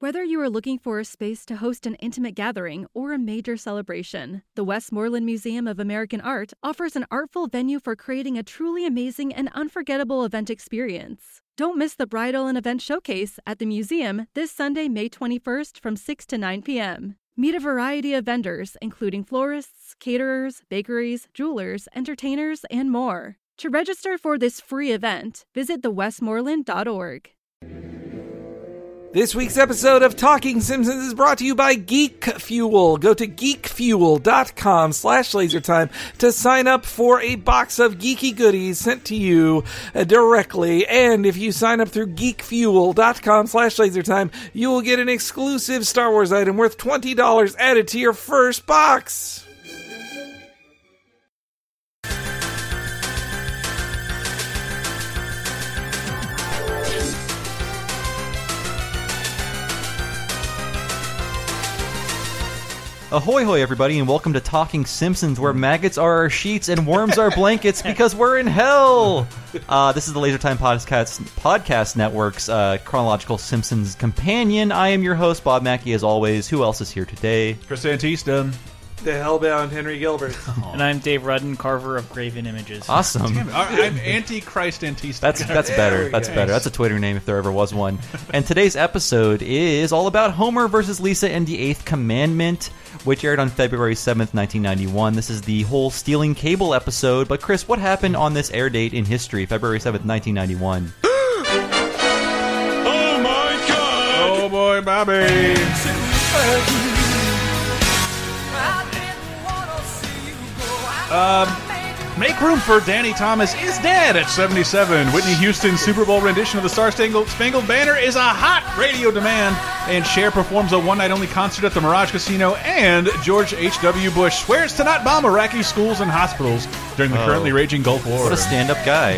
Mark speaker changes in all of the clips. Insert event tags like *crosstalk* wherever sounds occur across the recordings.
Speaker 1: Whether you are looking for a space to host an intimate gathering or a major celebration, the Westmoreland Museum of American Art offers an artful venue for creating a truly amazing and unforgettable event experience. Don't miss the Bridal and Event Showcase at the museum this Sunday, May 21st from 6 to 9 p.m. Meet a variety of vendors, including florists, caterers, bakeries, jewelers, entertainers, and more. To register for this free event, visit thewestmoreland.org.
Speaker 2: This week's episode of Talking Simpsons is brought to you by Geek Fuel. Go to geekfuel.com slash lasertime to sign up for a box of geeky goodies sent to you uh, directly. And if you sign up through geekfuel.com slash lasertime, you will get an exclusive Star Wars item worth $20 added to your first box.
Speaker 3: Ahoy, hoy, everybody, and welcome to Talking Simpsons, where maggots are our sheets and worms are blankets because we're in hell. Uh, this is the Laser Time Podcast, Podcast Network's uh, chronological Simpsons companion. I am your host, Bob Mackey, as always. Who else is here today?
Speaker 4: Chris Antista.
Speaker 2: The hellbound Henry
Speaker 4: *laughs*
Speaker 2: Gilbert.
Speaker 5: And I'm Dave Rudden, carver of graven images.
Speaker 3: Ah, Awesome.
Speaker 4: I'm anti-Christ Antista.
Speaker 3: That's that's
Speaker 2: we
Speaker 3: better. That's
Speaker 2: go.
Speaker 3: better. That's a Twitter name if there ever was one. And today's episode is all about Homer versus Lisa and the Eighth Commandment, which aired on February seventh, nineteen ninety-one. This is the whole stealing cable episode. But Chris, what happened on this air date in history, February seventh, nineteen ninety-one?
Speaker 4: oh my god! Oh boy, Bobby. Make room for Danny Thomas is dead at 77. Whitney Houston's Super Bowl rendition of the Star Spangled, Spangled Banner is a hot radio demand. And Cher performs a one night only concert at the Mirage Casino. And George H.W. Bush swears to not bomb Iraqi schools and hospitals during the currently raging Gulf War.
Speaker 3: Oh. What a stand-up guy.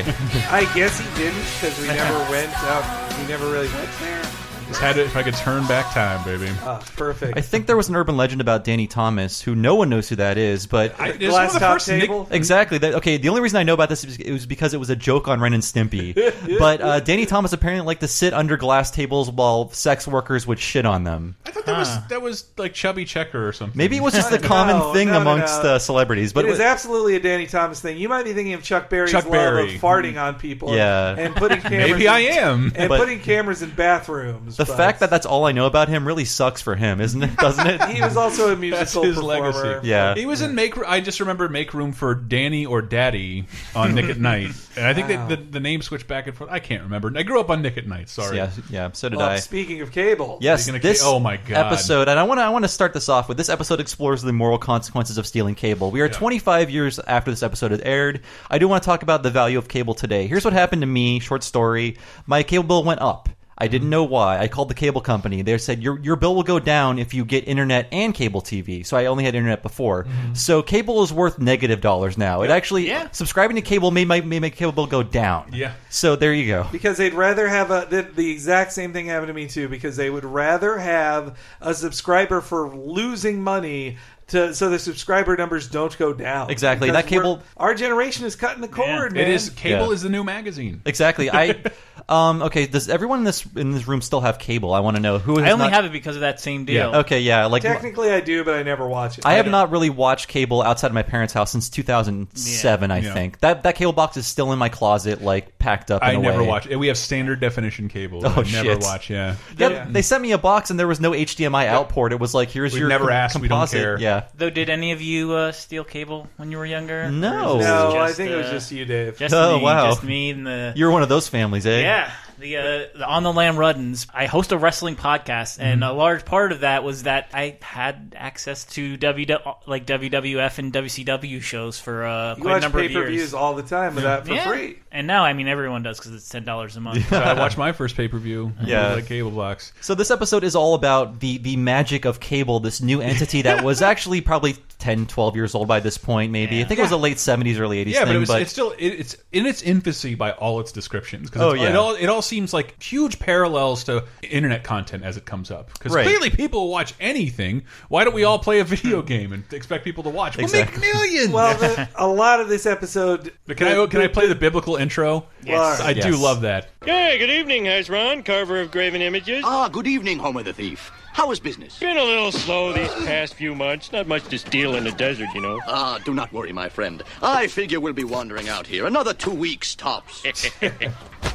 Speaker 2: I guess he didn't because
Speaker 4: *laughs*
Speaker 2: we never went up. We never really went there.
Speaker 4: Just had it if I could turn back time, baby.
Speaker 2: Ah, perfect.
Speaker 3: I think there was an urban legend about Danny Thomas, who no one knows who that is, but
Speaker 4: I,
Speaker 2: Glass top table.
Speaker 3: Exactly. That, okay. The only reason I know about this is it was because it was a joke on Ren and
Speaker 2: *laughs*
Speaker 3: Stimpy. but uh, Danny Thomas apparently liked to sit under glass tables while sex workers would shit on them.
Speaker 4: I thought that was that was like chubby checker or something.
Speaker 3: Maybe it was just the
Speaker 2: No,
Speaker 3: common thing
Speaker 2: no, no,
Speaker 3: amongst
Speaker 2: no.
Speaker 3: Uh, celebrities. But
Speaker 2: it is
Speaker 3: wa-
Speaker 2: absolutely a Danny Thomas thing. You might be thinking of Chuck Berry's
Speaker 4: Chuck
Speaker 2: love
Speaker 4: Berry.
Speaker 2: of farting on people,
Speaker 3: Yeah.
Speaker 4: *laughs*
Speaker 2: and putting cameras.
Speaker 4: Maybe
Speaker 2: in,
Speaker 4: I am.
Speaker 2: and
Speaker 3: But-
Speaker 2: putting cameras in bathrooms.
Speaker 3: the
Speaker 2: but
Speaker 3: fact that that's all I know about him really sucks for him, isn't it? Doesn't it?
Speaker 2: *laughs* he was also a
Speaker 4: That's
Speaker 2: musical
Speaker 4: his
Speaker 2: performer.
Speaker 4: legacy.
Speaker 3: Yeah.
Speaker 4: he was in make. I just remember make room for Danny or Daddy on Nick at Night, and I think
Speaker 2: Wow.
Speaker 4: that the, the name switched back and forth. I can't remember. I grew up on Nick at Night. Sorry.
Speaker 3: yeah. Yeah. So did
Speaker 2: Well,
Speaker 3: I.
Speaker 2: speaking of cable,
Speaker 3: Yes,
Speaker 4: Speaking of
Speaker 3: this
Speaker 4: ca- oh my God.
Speaker 3: episode, and I want to I want to start this off with this episode explores the moral consequences of stealing cable. We are 25 years after this episode had aired. I do want to talk about the value of cable today. Here's what happened to me. Short story: My cable bill went up. I
Speaker 4: Mm-hmm.
Speaker 3: didn't know why. I called the cable company. They said your your bill will go down if you get internet and cable TV. So I only had internet before. So cable is worth negative dollars now. It actually
Speaker 4: Mm-hmm. Yeah.
Speaker 3: subscribing to cable may, may may make cable bill go down.
Speaker 4: Yeah.
Speaker 3: So there you go.
Speaker 2: because they'd rather have a the, the exact same thing happened to me too. Because they would rather have a subscriber for losing money. To, so the subscriber numbers don't go down.
Speaker 3: Exactly.
Speaker 2: Because
Speaker 3: That cable-
Speaker 2: we're- Our generation is cutting the cord.
Speaker 4: It
Speaker 2: man.
Speaker 4: is cable
Speaker 3: Yeah.
Speaker 4: is the new magazine.
Speaker 3: Exactly.
Speaker 4: *laughs*
Speaker 3: I um okay, does everyone in this in this room still have cable? I want to know who has
Speaker 5: I only
Speaker 3: not-
Speaker 5: have it because of that same deal.
Speaker 4: Yeah.
Speaker 3: Okay, yeah, like
Speaker 2: Technically, I do, but I never watch it.
Speaker 3: I have not really watched cable outside of my parents' house since 2007, I
Speaker 4: Yeah.
Speaker 3: think. That that cable box is still in my closet like packed up in
Speaker 4: I
Speaker 3: a
Speaker 4: never
Speaker 3: way.
Speaker 4: watch. We have standard definition cable.
Speaker 3: Oh,
Speaker 4: I never
Speaker 3: shit.
Speaker 4: watch. Yeah.
Speaker 3: Yep,
Speaker 2: Yeah.
Speaker 3: they sent me a box and there was no HDMI out port. It was like here's
Speaker 4: We've
Speaker 3: your
Speaker 4: never
Speaker 3: com-
Speaker 4: asked, we don't
Speaker 3: composite.
Speaker 4: care.
Speaker 3: Yeah.
Speaker 5: Though, did any of you uh, steal cable when you were younger?
Speaker 3: No.
Speaker 5: Or is it
Speaker 2: No,
Speaker 5: just,
Speaker 2: I think it was
Speaker 5: uh,
Speaker 2: just you, Dave.
Speaker 5: just
Speaker 3: Oh,
Speaker 5: me,
Speaker 3: wow.
Speaker 5: just me and the
Speaker 3: You're one of those families, eh?
Speaker 5: yeah the, uh, the on the lam Ruddens. I host a wrestling podcast, and
Speaker 3: Mm-hmm.
Speaker 5: a large part of that was that I had access to W like WWF and WCW shows for uh,
Speaker 2: You
Speaker 5: quite a
Speaker 2: watch
Speaker 5: number
Speaker 2: pay
Speaker 5: of
Speaker 2: per views
Speaker 5: years.
Speaker 2: all the time without for
Speaker 5: Yeah. *laughs*
Speaker 2: free.
Speaker 5: And now, I mean, everyone does because it's ten dollars a month.
Speaker 4: So I watched my first pay per view.
Speaker 3: *laughs* Yeah.
Speaker 4: Like cable box.
Speaker 3: So this episode is all about the the magic of cable, this new entity that
Speaker 4: *laughs*
Speaker 3: was actually probably 10, 12 years old by this point maybe. I
Speaker 5: Yeah.
Speaker 3: think it was a late 70s early 80s
Speaker 4: Yeah,
Speaker 3: thing,
Speaker 4: but, it was, it's still it, it's in its infancy by all its descriptions. 'cause
Speaker 3: Oh,
Speaker 4: it's-
Speaker 3: yeah.
Speaker 4: it all it all seems like huge parallels to internet content as it comes up. Because
Speaker 3: Right.
Speaker 4: clearly people watch anything. Why don't we all play a video game and expect people to watch? We'll make
Speaker 3: Hmm. Exactly.
Speaker 4: millions.
Speaker 2: Well, the, a lot of this episode.
Speaker 4: But can I can I play the biblical intro.
Speaker 5: Yes.
Speaker 4: I do
Speaker 3: Yes.
Speaker 4: love that.
Speaker 6: Hey, good evening, Hezron, carver of graven images.
Speaker 7: Ah, good evening, Homer the Thief. How is business?
Speaker 6: Been a little slow these past few months. Not much to steal in the desert, you know.
Speaker 7: Ah, do not worry, my friend. I figure we'll be wandering out here another two weeks tops.
Speaker 6: *laughs*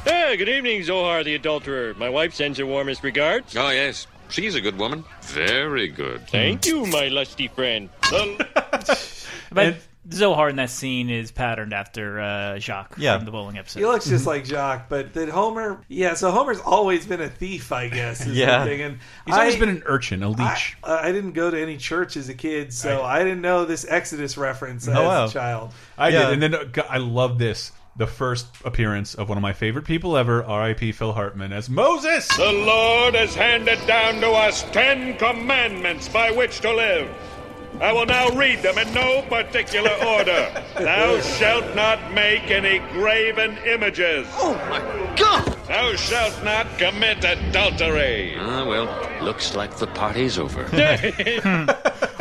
Speaker 6: Hey, good evening, Zohar the adulterer. My wife sends her warmest regards.
Speaker 8: Oh, yes. She's a good woman. Very good.
Speaker 6: Thank you, my lusty friend. The-
Speaker 5: But Zohar in that scene is patterned after uh, Jacques
Speaker 3: Yeah.
Speaker 5: from the bowling episode.
Speaker 2: He looks just like Jacques, but that Homer, yeah. So Homer's always been a thief, I guess. Is
Speaker 3: Yeah.
Speaker 2: the thing. and
Speaker 4: He's
Speaker 2: I,
Speaker 4: always been an urchin, a
Speaker 2: I,
Speaker 4: leech.
Speaker 2: uh, I didn't go to any church as a kid, so I, didn't know this Exodus reference as
Speaker 3: Oh, wow.
Speaker 2: a child.
Speaker 4: I,
Speaker 3: Yeah.
Speaker 4: did, and then uh, g- I love this. The first appearance of one of my favorite people ever, R.I.P. Phil Hartman, as Moses.
Speaker 6: The Lord has handed down to us ten commandments by which to live. I will now read them in no
Speaker 7: *laughs*
Speaker 6: particular order. Thou shalt not make any graven images.
Speaker 7: Oh, my God!
Speaker 6: Thou shalt not commit adultery.
Speaker 8: Ah, well, looks like the party's over.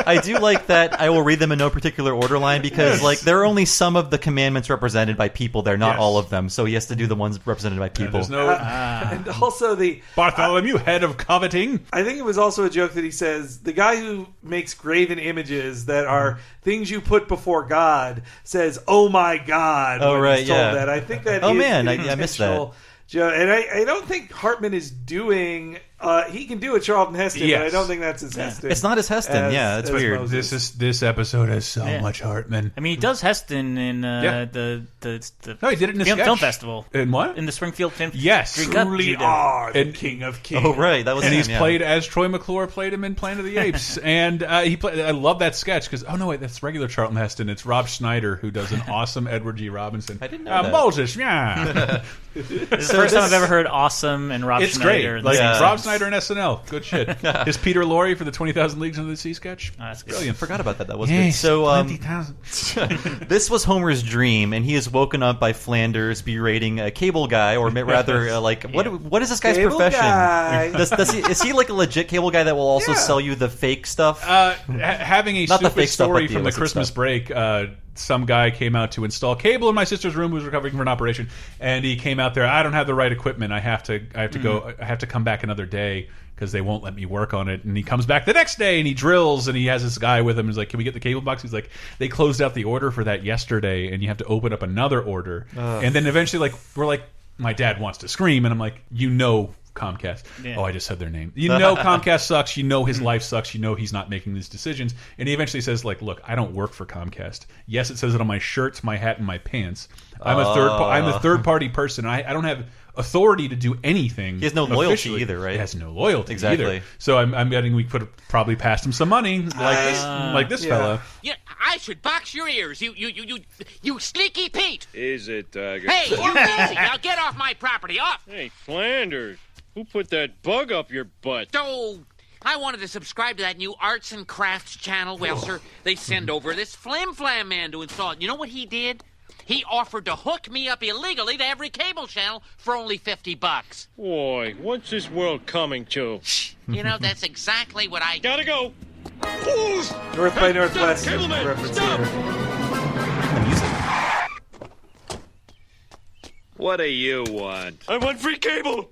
Speaker 3: I do like that. I will read them in no particular order line because, like, there are only some of the commandments represented by people. They're not
Speaker 4: Yes.
Speaker 3: all of them, so he has to do the ones represented by people.
Speaker 4: There's no
Speaker 2: And also the,
Speaker 4: Bartholomew, head of coveting.
Speaker 2: I think it was also a joke that he says the guy who makes graven images that are
Speaker 3: Mm-hmm.
Speaker 2: things you put before God says, "Oh my God!"
Speaker 3: Oh,
Speaker 2: when
Speaker 3: right,
Speaker 2: he's told
Speaker 3: yeah.
Speaker 2: That I think that.
Speaker 3: Oh,
Speaker 2: is
Speaker 3: man,
Speaker 2: the
Speaker 3: I- I missed
Speaker 2: intentional joke. and I, I don't think Hartman is doing. Uh, he can do a Charlton Heston, but I
Speaker 4: Yes.
Speaker 2: don't think that's his Heston.
Speaker 3: It's not as Heston,
Speaker 2: As-
Speaker 3: yeah, it's
Speaker 2: as
Speaker 3: weird.
Speaker 2: Moses.
Speaker 4: This is this episode has so much Hartman.
Speaker 5: I mean, he does Heston in uh,
Speaker 4: Yeah.
Speaker 5: the, the the
Speaker 4: No, he did it in a
Speaker 5: film,
Speaker 4: sketch.
Speaker 5: film festival
Speaker 4: And what?
Speaker 5: in the Springfield Film.
Speaker 4: Yes,
Speaker 5: Drink up,
Speaker 4: truly
Speaker 5: Judah.
Speaker 2: are Ah, the
Speaker 4: And-
Speaker 2: king of kings.
Speaker 3: Oh, right, that was
Speaker 4: and
Speaker 3: him,
Speaker 4: he's
Speaker 3: yeah.
Speaker 4: played as Troy McClure played him in Planet of the Apes, and uh, he played. I love that sketch because oh no wait, that's regular Charlton Heston. It's Rob Schneider who does an awesome Edward G. Robinson. I
Speaker 3: didn't know
Speaker 4: uh,
Speaker 3: that.
Speaker 4: Moses. Yeah,
Speaker 5: This is the first time I've
Speaker 3: this-
Speaker 5: ever heard "awesome" and
Speaker 4: *laughs*
Speaker 5: Rob
Speaker 4: it's great.
Speaker 5: Schneider. in the
Speaker 4: Like
Speaker 5: same
Speaker 3: Yeah.
Speaker 4: Rob
Speaker 5: sentence.
Speaker 4: Schneider and SNL, good shit. Is Peter Lorre for the Twenty Thousand Leagues Under the Sea sketch?
Speaker 5: Oh, that's good.
Speaker 4: Brilliant.
Speaker 3: Forgot about that. That was good.
Speaker 4: Yes,
Speaker 3: So, um,
Speaker 4: 20,000.
Speaker 3: *laughs* this was Homer's dream, and he is woken up by Flanders berating a cable guy, or ma- rather, uh, like, what what is this guy's
Speaker 2: Cable
Speaker 3: profession? *laughs*
Speaker 2: guy.
Speaker 3: Does, does he, is he like a legit cable guy that will also
Speaker 2: Yeah.
Speaker 3: sell you the fake stuff?
Speaker 4: uh, ha- having a
Speaker 3: Not the
Speaker 4: stupid
Speaker 3: fake stuff,
Speaker 4: story
Speaker 3: but the
Speaker 4: from the
Speaker 3: illicit
Speaker 4: Christmas
Speaker 3: stuff.
Speaker 4: break. Uh, some guy came out to install cable in my sister's room who was recovering from an operation, and he came out there. I don't have the right equipment. I have to. I have to go.
Speaker 3: Mm.
Speaker 4: I have to come back another day because they won't let me work on it. And he comes back the next day and he drills and he has this guy with him. He's like, "Can we get the cable box?" He's like, "They closed out the order for that yesterday, and you have to open up another order." And then eventually, like, we're like, "My dad wants to scream," and I'm like, "You know." Comcast. Oh, I just said their name.
Speaker 3: *laughs*
Speaker 4: You know Comcast sucks. You know
Speaker 3: Hmm.
Speaker 4: his life sucks. You know he's not making these decisions. And he eventually says, like, look, I don't work for Comcast. Yes, it says it on my shirts, my hat, and my pants. I'm a third. pa-
Speaker 3: Oh.
Speaker 4: I'm a third party person. I, I don't have authority to do anything. He
Speaker 3: has no loyalty
Speaker 4: officially.
Speaker 3: either, right?
Speaker 4: He has no loyalty
Speaker 3: Exactly.
Speaker 4: either. So I'm, I'm getting we could have probably passed him some money like this,
Speaker 3: Ah,
Speaker 4: like this
Speaker 2: yeah.
Speaker 4: fella.
Speaker 9: Yeah, I should box your ears, you, you, you, you, you sneaky Pete!
Speaker 6: Is it, Tiger? *laughs*
Speaker 9: Hey, you easy! Now get off my property, off!
Speaker 6: Hey, Flanders, who put that bug up your butt?
Speaker 9: Oh, I wanted to subscribe to that new arts and crafts channel. Well, sir, they send over this flim flam man to install it. You know what he did? He offered to hook me up illegally to every cable channel for only fifty bucks.
Speaker 6: Boy, what's this world coming to?
Speaker 9: You know, that's exactly what I.
Speaker 6: Gotta go.
Speaker 2: North by Northwest
Speaker 6: Stop, Cableman,
Speaker 2: reference
Speaker 6: stop.
Speaker 2: here.
Speaker 8: What do you want?
Speaker 6: I want free cable.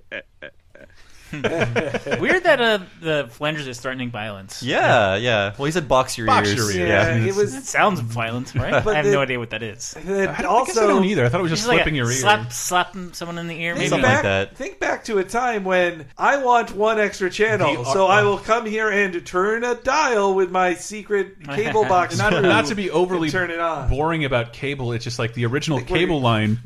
Speaker 5: Weird that uh, the Flanders is threatening violence.
Speaker 3: yeah, yeah. Well, he said box your
Speaker 4: Box
Speaker 3: ears.
Speaker 4: your ears.
Speaker 2: Yeah,
Speaker 4: Yeah.
Speaker 2: it
Speaker 5: That
Speaker 2: was.
Speaker 5: sounds violent, right?
Speaker 2: But
Speaker 5: I have
Speaker 2: the-
Speaker 5: no idea what that is.
Speaker 2: That
Speaker 4: I don't, I guess I
Speaker 2: also,
Speaker 4: don't either. I thought it was just
Speaker 5: It's like
Speaker 4: slipping
Speaker 5: a
Speaker 4: your ear.
Speaker 5: slap, slapping someone in the ear,
Speaker 2: Think
Speaker 5: maybe.
Speaker 3: Something
Speaker 2: back,
Speaker 3: like that.
Speaker 2: think back to a time when I want one extra channel,
Speaker 4: The-
Speaker 2: so I will come here and turn a dial with my secret cable box.
Speaker 4: not,
Speaker 2: crew
Speaker 4: not to be overly
Speaker 2: and turn it on.
Speaker 4: boring about cable. It's just like the original
Speaker 2: we're-
Speaker 4: cable line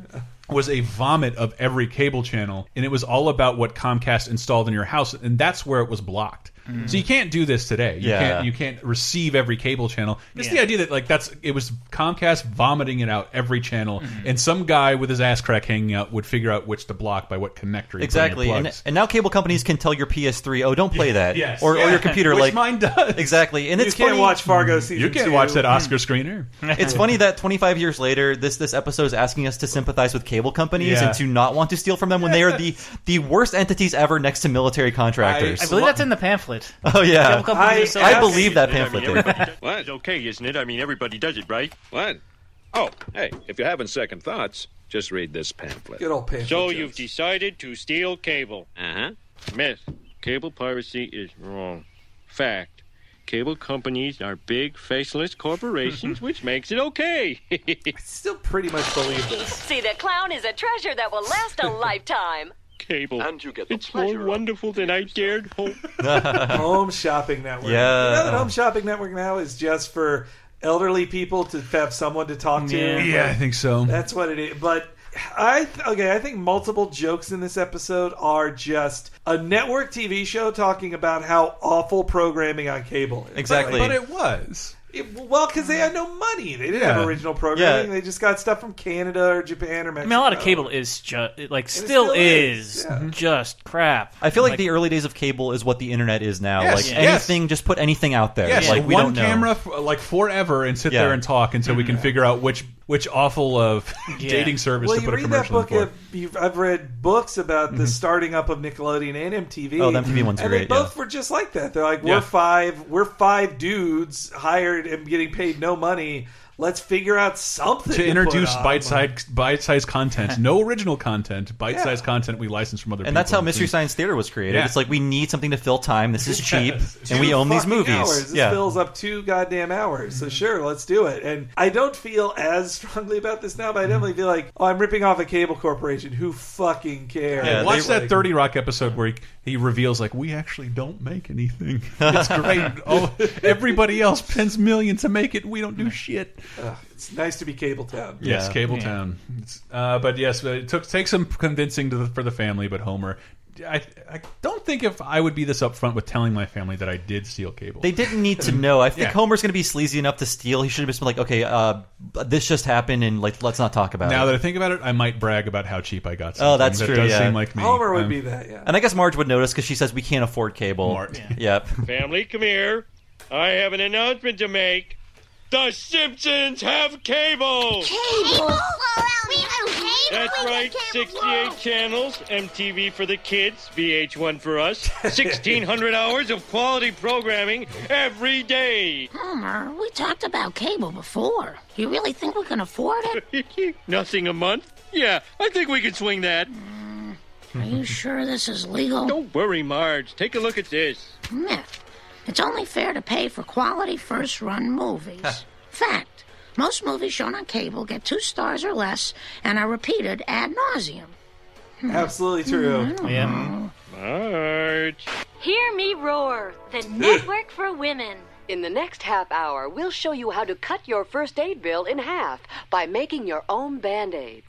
Speaker 4: was a vomit of every cable channel, and it was all about what Comcast installed in your house, and that's where it was blocked. So you can't do this today. You
Speaker 3: Yeah.
Speaker 4: can't you can't receive every cable channel. It's the
Speaker 5: Yeah.
Speaker 4: idea that like that's it was Comcast vomiting it out every channel,
Speaker 3: Mm-hmm.
Speaker 4: and some guy with his ass crack hanging out would figure out which to block by what connector. You
Speaker 3: Exactly,
Speaker 4: Put in your
Speaker 3: and,
Speaker 4: plugs.
Speaker 3: and now cable companies can tell your PS3, "Oh, don't play that,"
Speaker 4: yes.
Speaker 3: or, or
Speaker 4: Yeah.
Speaker 3: your computer,
Speaker 4: Which
Speaker 3: like
Speaker 4: mine does.
Speaker 3: Exactly, and
Speaker 2: you
Speaker 3: it's
Speaker 2: can't
Speaker 3: funny-
Speaker 2: watch Fargo season.
Speaker 4: you can't
Speaker 2: two.
Speaker 4: watch that
Speaker 3: *laughs*
Speaker 4: Oscar screener.
Speaker 3: It's funny that 25 years later, this this episode is asking us to sympathize with cable companies
Speaker 4: Yeah.
Speaker 3: and to not want to steal from them when they are
Speaker 4: *laughs*
Speaker 3: the the worst entities ever next to military contractors.
Speaker 5: I believe that's in the pamphlet.
Speaker 3: *laughs* oh yeah,
Speaker 4: Uh,
Speaker 5: Cable companies
Speaker 2: I-
Speaker 5: are so-
Speaker 3: I believe that pamphlet.
Speaker 8: I mean,
Speaker 3: Dave.
Speaker 8: everybody does- what?
Speaker 6: It's okay, isn't it? I mean, everybody does it, right?
Speaker 8: What? Oh, hey, if you're having second thoughts, Just read this pamphlet.
Speaker 2: Good old pamphlet.
Speaker 10: So
Speaker 2: jokes.
Speaker 10: you've decided to steal cable.
Speaker 8: Uh-huh.
Speaker 10: Myth. Cable piracy is wrong. Fact. Cable companies are big,
Speaker 8: *laughs*
Speaker 10: faceless corporations, which makes it okay. *laughs*
Speaker 2: still pretty much
Speaker 11: *laughs*
Speaker 2: believe this.
Speaker 12: See, the clown is a treasure that will last a lifetime.
Speaker 10: Cable.
Speaker 7: And you get the
Speaker 10: It's
Speaker 7: pleasure
Speaker 10: more
Speaker 7: of-
Speaker 10: wonderful than I dared hope.
Speaker 2: Home Shopping Network.
Speaker 3: Yeah.
Speaker 2: You know that Home Shopping Network now is just for elderly people to have someone to talk to.
Speaker 5: Yeah.
Speaker 4: Yeah, I think so.
Speaker 2: That's what it is. But I th- okay, I think multiple jokes in this episode are just a network TV show talking about how awful programming on cable is.
Speaker 3: Exactly.
Speaker 4: But it was.
Speaker 2: It- well, because they had no money, they didn't
Speaker 4: Yeah.
Speaker 2: have original programming.
Speaker 3: Yeah.
Speaker 2: They just got stuff from Canada or Japan or
Speaker 5: I
Speaker 2: Mexico.
Speaker 5: mean, a lot of cable is just like
Speaker 2: still
Speaker 5: still,
Speaker 2: is,
Speaker 5: is,
Speaker 2: yeah.
Speaker 4: Mm-hmm.
Speaker 5: just crap.
Speaker 3: I feel like, the early days of cable is what the internet is now.
Speaker 4: Yes,
Speaker 3: like
Speaker 4: yes.
Speaker 3: anything, just put anything out there.
Speaker 4: Yes,
Speaker 3: like we
Speaker 4: one
Speaker 3: don't know.
Speaker 4: camera f- like forever and sit
Speaker 3: Yeah.
Speaker 4: there and talk until we can figure out which which awful of *laughs*
Speaker 5: Yeah.
Speaker 4: dating service
Speaker 2: Well,
Speaker 4: to
Speaker 2: you
Speaker 4: put a
Speaker 2: read that
Speaker 4: commercial in
Speaker 2: book.
Speaker 4: for.
Speaker 2: Of, you've, I've read books about the starting up of Nickelodeon and MTV.
Speaker 3: Oh, the MTV ones
Speaker 2: and
Speaker 3: are
Speaker 2: they
Speaker 3: great,
Speaker 2: both were just like that. They're like, we're
Speaker 4: Yeah.
Speaker 2: five, we're five dudes hired and getting paid no money. Let's figure out something
Speaker 4: to introduce
Speaker 2: put on."
Speaker 4: bite-sized *laughs* bite-sized content, no original content, bite-sized content we license from other people.
Speaker 3: And that's how Mystery Science Theater was created.
Speaker 4: Yeah.
Speaker 3: It's like we need something to fill time. This is cheap,
Speaker 2: Two
Speaker 3: and we own these
Speaker 2: fucking
Speaker 3: movies.
Speaker 2: Hours. This
Speaker 3: yeah.
Speaker 2: fills up two goddamn hours. So sure, let's do it. And I don't feel as *laughs* strongly about this now, but I definitely feel like, oh, I'm ripping off a cable corporation. Who fucking cares?
Speaker 3: Yeah,
Speaker 4: Watch
Speaker 3: they-
Speaker 4: that Thirty Rock episode where he, he reveals like we actually don't make anything. It's great. oh, everybody else spends millions to make it. We don't do shit.
Speaker 2: Ugg, it's nice to be cable town.
Speaker 4: Yes, Cable Town. It's- Uh, but yes, it took takes some convincing to the, for the family. But Homer, I, I don't think if I would be this upfront with telling my family that I did steal cable.
Speaker 3: They didn't need to know. I think
Speaker 4: Yeah.
Speaker 3: Homer's going to be sleazy enough to steal. He should have just been like, okay, uh, this just happened, and like let's not talk about
Speaker 4: now
Speaker 3: it.
Speaker 4: that I think about it, I might brag about how cheap I got.
Speaker 3: Oh, that's
Speaker 4: something.
Speaker 3: true,
Speaker 4: That does
Speaker 3: yeah.
Speaker 4: seem like me.
Speaker 2: Homer would
Speaker 4: Um,
Speaker 2: be that. Yeah.
Speaker 3: and I guess Marge would notice because she says we can't afford cable.
Speaker 4: Marge.
Speaker 3: *laughs* Yep.
Speaker 10: Family, come here. I have an announcement to make. The Simpsons have cable! That's right, 68 channels, MTV for the kids, VH1 for us, 1,600 hours of quality programming every day. *laughs*
Speaker 13: Homer, we talked about cable before. You really think we can afford
Speaker 10: *laughs*
Speaker 13: it?
Speaker 10: Nothing a month? Yeah, I think we can swing that.
Speaker 13: Are you sure this is legal?
Speaker 10: Don't worry, Marge. Take a look at this.
Speaker 13: Myth. It's only fair to pay for quality first run movies. Fact. Most movies shown on cable get two stars or less and are repeated ad nauseum.
Speaker 3: *laughs*
Speaker 2: Absolutely true.
Speaker 5: Yeah.
Speaker 10: Marge.
Speaker 12: Hear me roar, the network for women.
Speaker 13: In the next half hour, we'll show you how to cut your first aid bill in half by making your own band aids.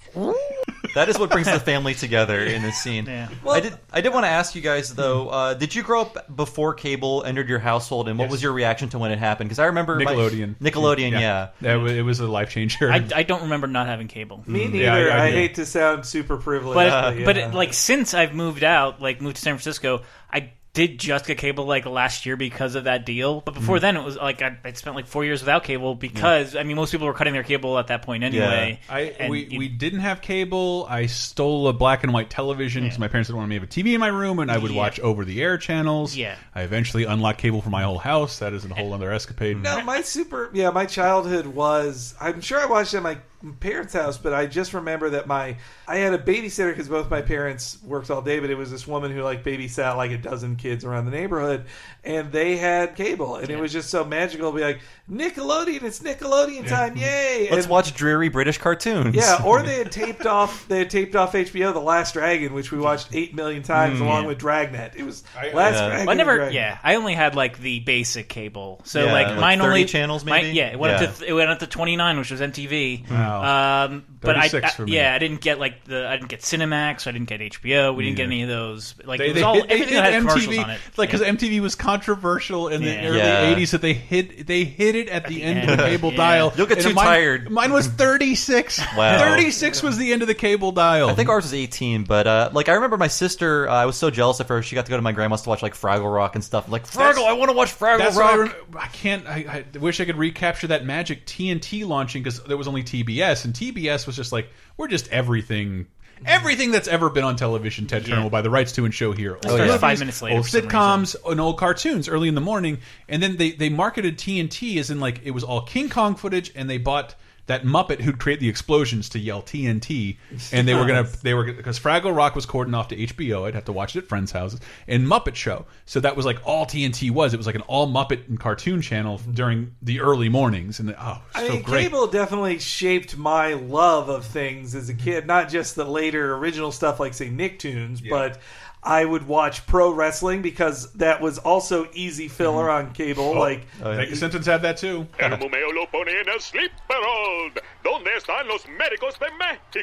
Speaker 3: That is what brings the family together in this scene.
Speaker 5: Yeah.
Speaker 3: I did. I did want to ask you guys though. Uh, did you grow up before cable entered your household, and what was your reaction to when it happened? Because I remember my-
Speaker 4: Nickelodeon.
Speaker 3: Nickelodeon, yeah.
Speaker 4: That wa- it was a life changer. *laughs*
Speaker 5: I, I don't remember not having cable.
Speaker 2: Me neither.
Speaker 4: Yeah, I- I
Speaker 2: I,
Speaker 4: do.
Speaker 2: hate to sound super privileged,
Speaker 5: But
Speaker 2: but, yeah.
Speaker 5: but it, like since I've moved out, like moved to San Francisco, I did just get cable like last year because of that deal. But
Speaker 3: Mm.
Speaker 5: before then, it was like I, I spent like four years without cable because I mean most people were cutting their cable at that point anyway.
Speaker 4: I
Speaker 5: And
Speaker 4: we,
Speaker 5: you-
Speaker 4: we didn't have cable. I stole a black and white television because my parents didn't want me to have a TV in my room, and I would
Speaker 5: Yeah.
Speaker 4: watch over the air channels.
Speaker 5: Yeah.
Speaker 4: I eventually unlocked cable for my whole house. That is a whole other escapade.
Speaker 2: no, *laughs* my super yeah, my childhood was. I'm sure I watched it at my parents' house, but I just remember that my I had a babysitter because both my parents worked all day, but it was this woman who like babysat like a dozen kids around the neighborhood, and they had cable, and it was just so magical. to Be like Nickelodeon, it's Nickelodeon time, yay!
Speaker 3: Let's
Speaker 2: and,
Speaker 3: watch dreary British cartoons.
Speaker 2: Yeah, or they had taped off they had taped off HBO The Last Dragon, which we watched eight million times
Speaker 3: Hmm,
Speaker 2: along with Dragnet. It was Last
Speaker 3: yeah.
Speaker 2: Dragon.
Speaker 5: Well, I
Speaker 2: and
Speaker 5: never.
Speaker 2: Dragnet.
Speaker 5: Yeah, I only had like the basic cable. So
Speaker 3: Yeah,
Speaker 5: like
Speaker 3: like
Speaker 5: mine
Speaker 3: 30
Speaker 5: only
Speaker 3: channels,
Speaker 5: my-
Speaker 3: maybe?
Speaker 5: yeah, it went
Speaker 3: Yeah. Hmm.
Speaker 5: up to it went up to twenty nine, which was MTV.
Speaker 4: Wow.
Speaker 5: Um, but I,
Speaker 4: 36
Speaker 5: I-
Speaker 4: for me.
Speaker 5: yeah, I didn't get like the I didn't get Cinemax. I didn't get HBO. We didn't get any of those. Like
Speaker 4: They, they
Speaker 5: it was all
Speaker 4: hid- they
Speaker 5: everything that
Speaker 4: hid
Speaker 5: had commercials
Speaker 4: MTV,
Speaker 5: on it.
Speaker 4: like because
Speaker 5: yeah.
Speaker 4: MTV was controversial in the
Speaker 5: Yeah.
Speaker 4: early
Speaker 3: Yeah.
Speaker 4: '80s. That they hid, they hid it at the end of
Speaker 5: end.
Speaker 4: the cable
Speaker 5: Yeah.
Speaker 4: dial.
Speaker 3: You'll get
Speaker 4: And
Speaker 3: too
Speaker 4: mine-
Speaker 3: tired.
Speaker 4: Mine was 36.
Speaker 3: *laughs* Wow.
Speaker 4: 36 was the end of the cable dial.
Speaker 3: I think ours was 18, but uh, like I remember my sister, uh, I was so jealous of her. She got to go to my grandma's to watch like Fraggle Rock and stuff. Like Fraggle, I want to watch Fraggle
Speaker 4: That's
Speaker 3: Rock.
Speaker 4: why I, rem- I can't. I, I wish I could recapture that magic TNT launching because there was only TBS, and TBS was just like we're just everything. Everything that's ever been on television, Ted Turner will buy the rights to and show here. Old
Speaker 5: starts
Speaker 4: movies,
Speaker 5: five minutes later
Speaker 4: Old
Speaker 5: for some
Speaker 4: sitcoms and old cartoons early in the morning, and then they they marketed TNT as in like it was all King Kong footage, and they bought that Muppet who'd create the explosions to yell TNT, and they were gonna they were because Fraggle Rock was cordoned off to HBO. I'd have to watch it at friends' houses and Muppet Show. So that was like all TNT was. It was like an all Muppet and cartoon channel during the early mornings, and oh, it was
Speaker 2: I
Speaker 4: so
Speaker 2: mean,
Speaker 4: great.
Speaker 2: cable definitely shaped my love of things as a kid, not just the later original stuff like, say, Nicktoons, but I would watch pro wrestling because that was also easy filler on cable.
Speaker 4: Oh,
Speaker 2: Like,
Speaker 4: Make a sentence have that too.
Speaker 6: El Mumeo lo pone en el slipperold. ¿Dónde están los médicos de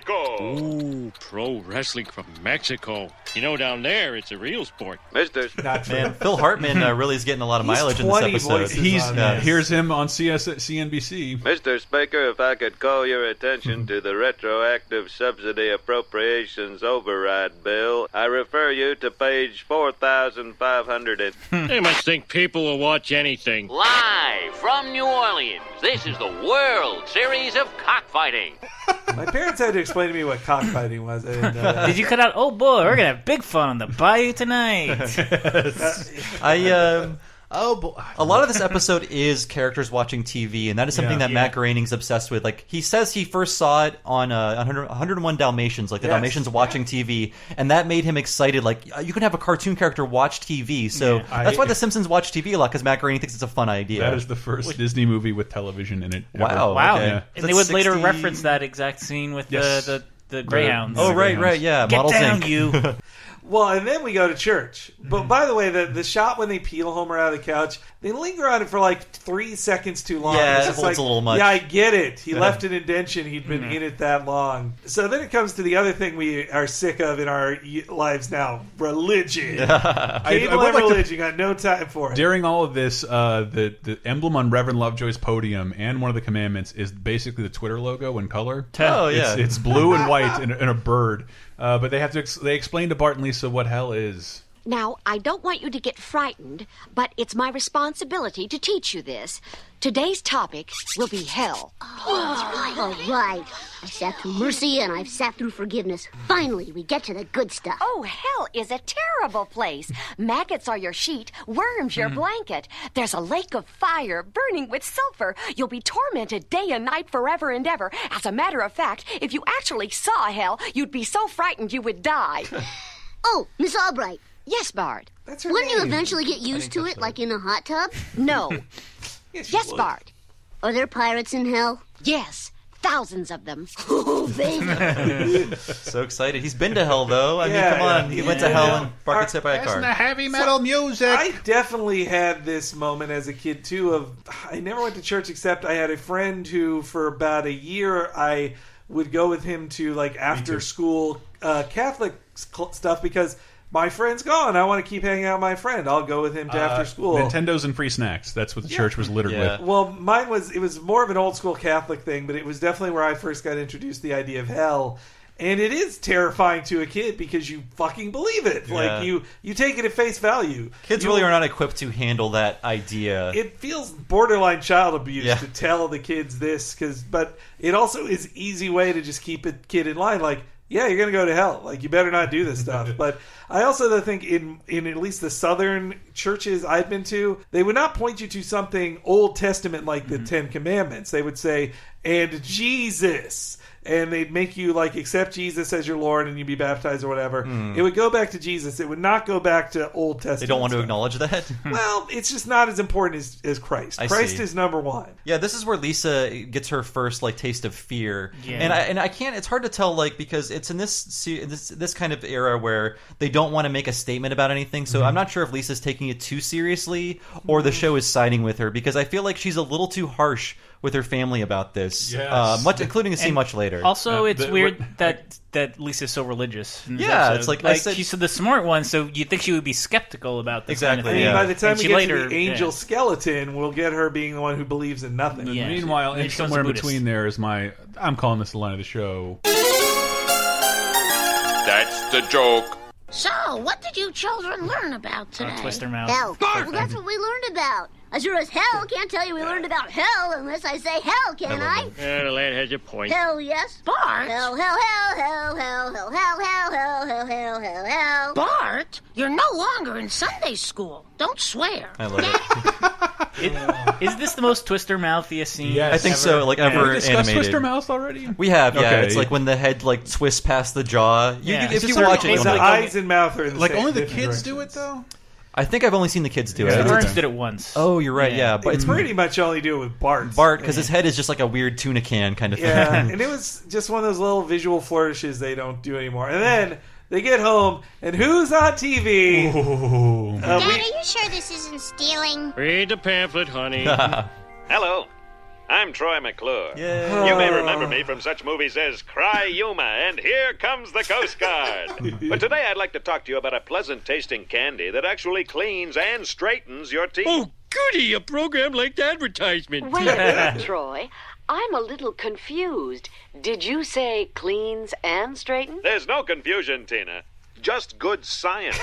Speaker 6: México?
Speaker 10: Ooh, pro wrestling from Mexico. You know, down there, it's a real sport.
Speaker 8: Mister.
Speaker 3: Man, Phil Hartman uh, really is getting a lot of mileage in this episode.
Speaker 4: He's uh, here's him on CS CNBC.
Speaker 14: Mr. Speaker, if I could call your attention to the retroactive subsidy appropriations override bill, I refer you to page 4,500. and-
Speaker 10: *laughs* They must think people will watch anything.
Speaker 9: Live from New Orleans, this is the World Series of Cockfighting.
Speaker 2: my parents had to explain to me what cockfighting was. uh, I didn't know that.
Speaker 5: Did you cut out? Oh boy, we're gonna have big fun on the bayou tonight.
Speaker 3: I um oh, a lot of this episode is characters watching TV, and that is something
Speaker 5: Yeah.
Speaker 3: that Matt Groening's obsessed with. Like he says, he first saw it on uh, 100 101 Dalmatians, like the
Speaker 5: Yes.
Speaker 3: Dalmatians watching TV, and that made him excited. Like uh, you can have a cartoon character watch TV, so
Speaker 4: I-
Speaker 3: that's why The Simpsons watch TV a lot because Matt Groening thinks it's a fun idea.
Speaker 4: That is the first Disney movie with television in it. ever.
Speaker 3: Wow,
Speaker 5: Wow.
Speaker 3: okay.
Speaker 5: And
Speaker 3: Is
Speaker 5: they
Speaker 3: that
Speaker 5: would later
Speaker 3: 60
Speaker 5: reference that exact scene with
Speaker 3: Yes.
Speaker 5: the, the, the Greyhounds.
Speaker 3: Oh right, right, yeah.
Speaker 5: Get
Speaker 3: Models
Speaker 5: down,
Speaker 3: Inc. *laughs*
Speaker 5: you.
Speaker 2: Well, and then we go to church.
Speaker 3: Mm-hmm.
Speaker 2: But by the way, the, the shot when they peel Homer out of the couch, they linger on it for like three seconds too long.
Speaker 3: Yeah,
Speaker 2: It's
Speaker 3: it
Speaker 2: just
Speaker 3: holds
Speaker 2: like,
Speaker 3: a little much.
Speaker 2: Yeah, I get it. He
Speaker 3: Yeah. Mm-hmm.
Speaker 2: left an indention. He'd been in it that long. So then it comes to the other thing we are sick of in our y- lives now
Speaker 3: *laughs*
Speaker 2: religion. Cable
Speaker 4: I- I would
Speaker 2: and
Speaker 4: like to-
Speaker 2: religion. Got no time for it.
Speaker 4: During all of this, uh, the the emblem on Reverend Lovejoy's podium and one of the commandments is basically the Twitter logo in color.
Speaker 3: Oh,
Speaker 4: It's-
Speaker 3: yeah.
Speaker 4: it's, blue and white and, a- and a bird. Uh, but they have to ex they explain to Bart and Lisa what hell is.
Speaker 15: Now, I don't want you to get frightened, but it's my responsibility to teach you this. Today's topic will be hell.
Speaker 11: All right. I've sat through mercy and I've sat through forgiveness. Finally, we get to the good stuff.
Speaker 15: Oh, hell is a terrible place. Maggots are your sheet, worms your
Speaker 11: Mhm.
Speaker 15: blanket. There's a lake of fire burning with sulfur. You'll be tormented day and night forever and ever. As a matter of fact, if you actually saw hell, you'd be so frightened you would
Speaker 11: *laughs*
Speaker 15: die.
Speaker 11: Oh, Miss Albright.
Speaker 15: Yes, Bard.
Speaker 11: That's Wouldn't you eventually get used to it, like in a hot tub? *laughs*
Speaker 15: No. yes,
Speaker 11: would.
Speaker 15: Bard.
Speaker 11: Are there pirates in hell?
Speaker 15: Yes, thousands of them.
Speaker 11: *laughs* Oh, baby.
Speaker 3: so excited. He's been to hell though. I
Speaker 2: Yeah,
Speaker 3: mean, come on,
Speaker 2: yeah.
Speaker 3: he went to
Speaker 2: Yeah.
Speaker 3: hell and Bart gets hit by a car.
Speaker 4: heavy metal music.
Speaker 2: I definitely had this moment as a kid too. Of I never went to church except I had a friend who, for about a year, I would go with him to like after school uh, Catholic s- cl- stuff because my friend's gone. I want to keep hanging out with my friend. I'll go with him to
Speaker 4: Uh,
Speaker 2: after school.
Speaker 4: Nintendos and free snacks. That's what the church was littered with.
Speaker 2: Well, mine was it was more of an old school Catholic thing, but it was definitely where I first got introduced to the idea of hell. And it is terrifying to a kid because you fucking believe it.
Speaker 3: Yeah.
Speaker 2: Like you you take it at face value.
Speaker 3: Kids
Speaker 2: You-
Speaker 3: really are not equipped to handle that idea.
Speaker 2: it feels borderline child abuse
Speaker 3: Yeah.
Speaker 2: to tell the kids this because but it also is easy way to just keep a kid in line like yeah you're gonna go to hell like you better not do this
Speaker 3: *laughs*
Speaker 2: stuff but i also though think in in at least the southern churches i've been to they would not point you to something old testament like
Speaker 3: Mm-hmm.
Speaker 2: the ten commandments they would say and jesus and they'd make you like accept jesus as your lord and you'd be baptized or whatever
Speaker 3: Hmm.
Speaker 2: it would go back to jesus it would not go back to old testament
Speaker 3: they don't want to
Speaker 2: stuff.
Speaker 3: acknowledge
Speaker 2: *laughs*
Speaker 3: that.
Speaker 2: Well, it's just not as important as, as Christ.
Speaker 3: Hmm. I
Speaker 2: Christ
Speaker 3: see.
Speaker 2: is number one.
Speaker 3: Yeah, this is where Lisa gets her first like taste of fear,
Speaker 2: Yeah.
Speaker 3: and I and I can't. It's hard to tell like because it's in this se- this this kind of era where they don't want to make a statement about anything.
Speaker 2: Mm-hmm.
Speaker 3: So I'm not sure if Lisa's taking it too seriously or the show is siding with her because I feel like she's a little too harsh with her family about this.
Speaker 5: Yes.
Speaker 3: Uh, much including a scene
Speaker 5: And
Speaker 3: much later.
Speaker 5: Also, it's weird that that Lisa's so religious. in this
Speaker 3: Yeah,
Speaker 5: episode.
Speaker 3: it's like I said-
Speaker 5: she's the smart one, so you'd think she would be skeptical about this. kind of
Speaker 3: Exactly,
Speaker 5: thing.
Speaker 2: By the time
Speaker 5: And
Speaker 2: we
Speaker 5: she
Speaker 2: get
Speaker 5: later,
Speaker 2: to the angel
Speaker 5: yeah.
Speaker 2: skeleton, we'll get her being the one who believes in nothing.
Speaker 4: Meanwhile, and somewhere in between there is my I'm calling this the line of the show.
Speaker 8: That's the joke.
Speaker 11: So, what did you children learn about today?
Speaker 5: twist their mouth.
Speaker 11: Hell.
Speaker 5: Bark!
Speaker 11: Well, that's what we learned about. As sure as hell can't tell you we learned about hell unless I say hell, can I?
Speaker 10: Yeah, the lad has a point.
Speaker 11: Hell yes.
Speaker 13: Bart?
Speaker 11: Hell, hell, hell, hell, hell, hell, hell, hell, hell, hell, hell, hell, hell.
Speaker 13: Bart, you're no longer in Sunday school. Don't swear.
Speaker 3: I love it.
Speaker 5: It- Is this the most twister mouthiest scene?
Speaker 3: I think so. Like
Speaker 5: ever
Speaker 3: ever
Speaker 5: animated.
Speaker 3: animated.
Speaker 4: Twister Mouse already?
Speaker 3: We have. Yeah,
Speaker 4: Okay.
Speaker 3: it's like when the head like twists past the jaw. You,
Speaker 4: Yeah.
Speaker 3: you-
Speaker 4: It's
Speaker 3: if you
Speaker 4: just like-
Speaker 3: watch it,
Speaker 4: it's
Speaker 3: you'll
Speaker 4: like
Speaker 3: know.
Speaker 4: eyes and mouth are in the Like, same- only the different kids
Speaker 5: do it though.
Speaker 3: I think I've only seen the kids do
Speaker 5: Yeah.
Speaker 3: it.
Speaker 5: The parents did it once.
Speaker 3: Oh, you're right. Yeah,
Speaker 5: Yeah.
Speaker 3: but it's
Speaker 2: pretty much only do it with Bart.
Speaker 3: Bart because his head is just like a weird tuna can kind of *laughs*
Speaker 2: Yeah,
Speaker 3: thing.
Speaker 2: and it was just one of those little visual flourishes they don't do anymore. And then they get home, and who's on TV? Uh,
Speaker 16: Dad,
Speaker 2: we-
Speaker 16: are you sure this isn't stealing?
Speaker 10: Read the pamphlet, honey.
Speaker 14: Hello. I'm Troy McClure.
Speaker 16: Yay.
Speaker 14: You may
Speaker 16: Oh.
Speaker 14: remember me from such movies as Cry Yuma and Here Comes the Coast Guard. but today I'd like to talk to you about a pleasant tasting candy that actually cleans and straightens your teeth.
Speaker 10: Oh, goody, a program like the advertisement.
Speaker 14: Wait
Speaker 10: *laughs*
Speaker 14: a minute,
Speaker 12: Troy, I'm a little confused. Did you say cleans and straightens?
Speaker 14: There's no confusion, Tina. Just good science.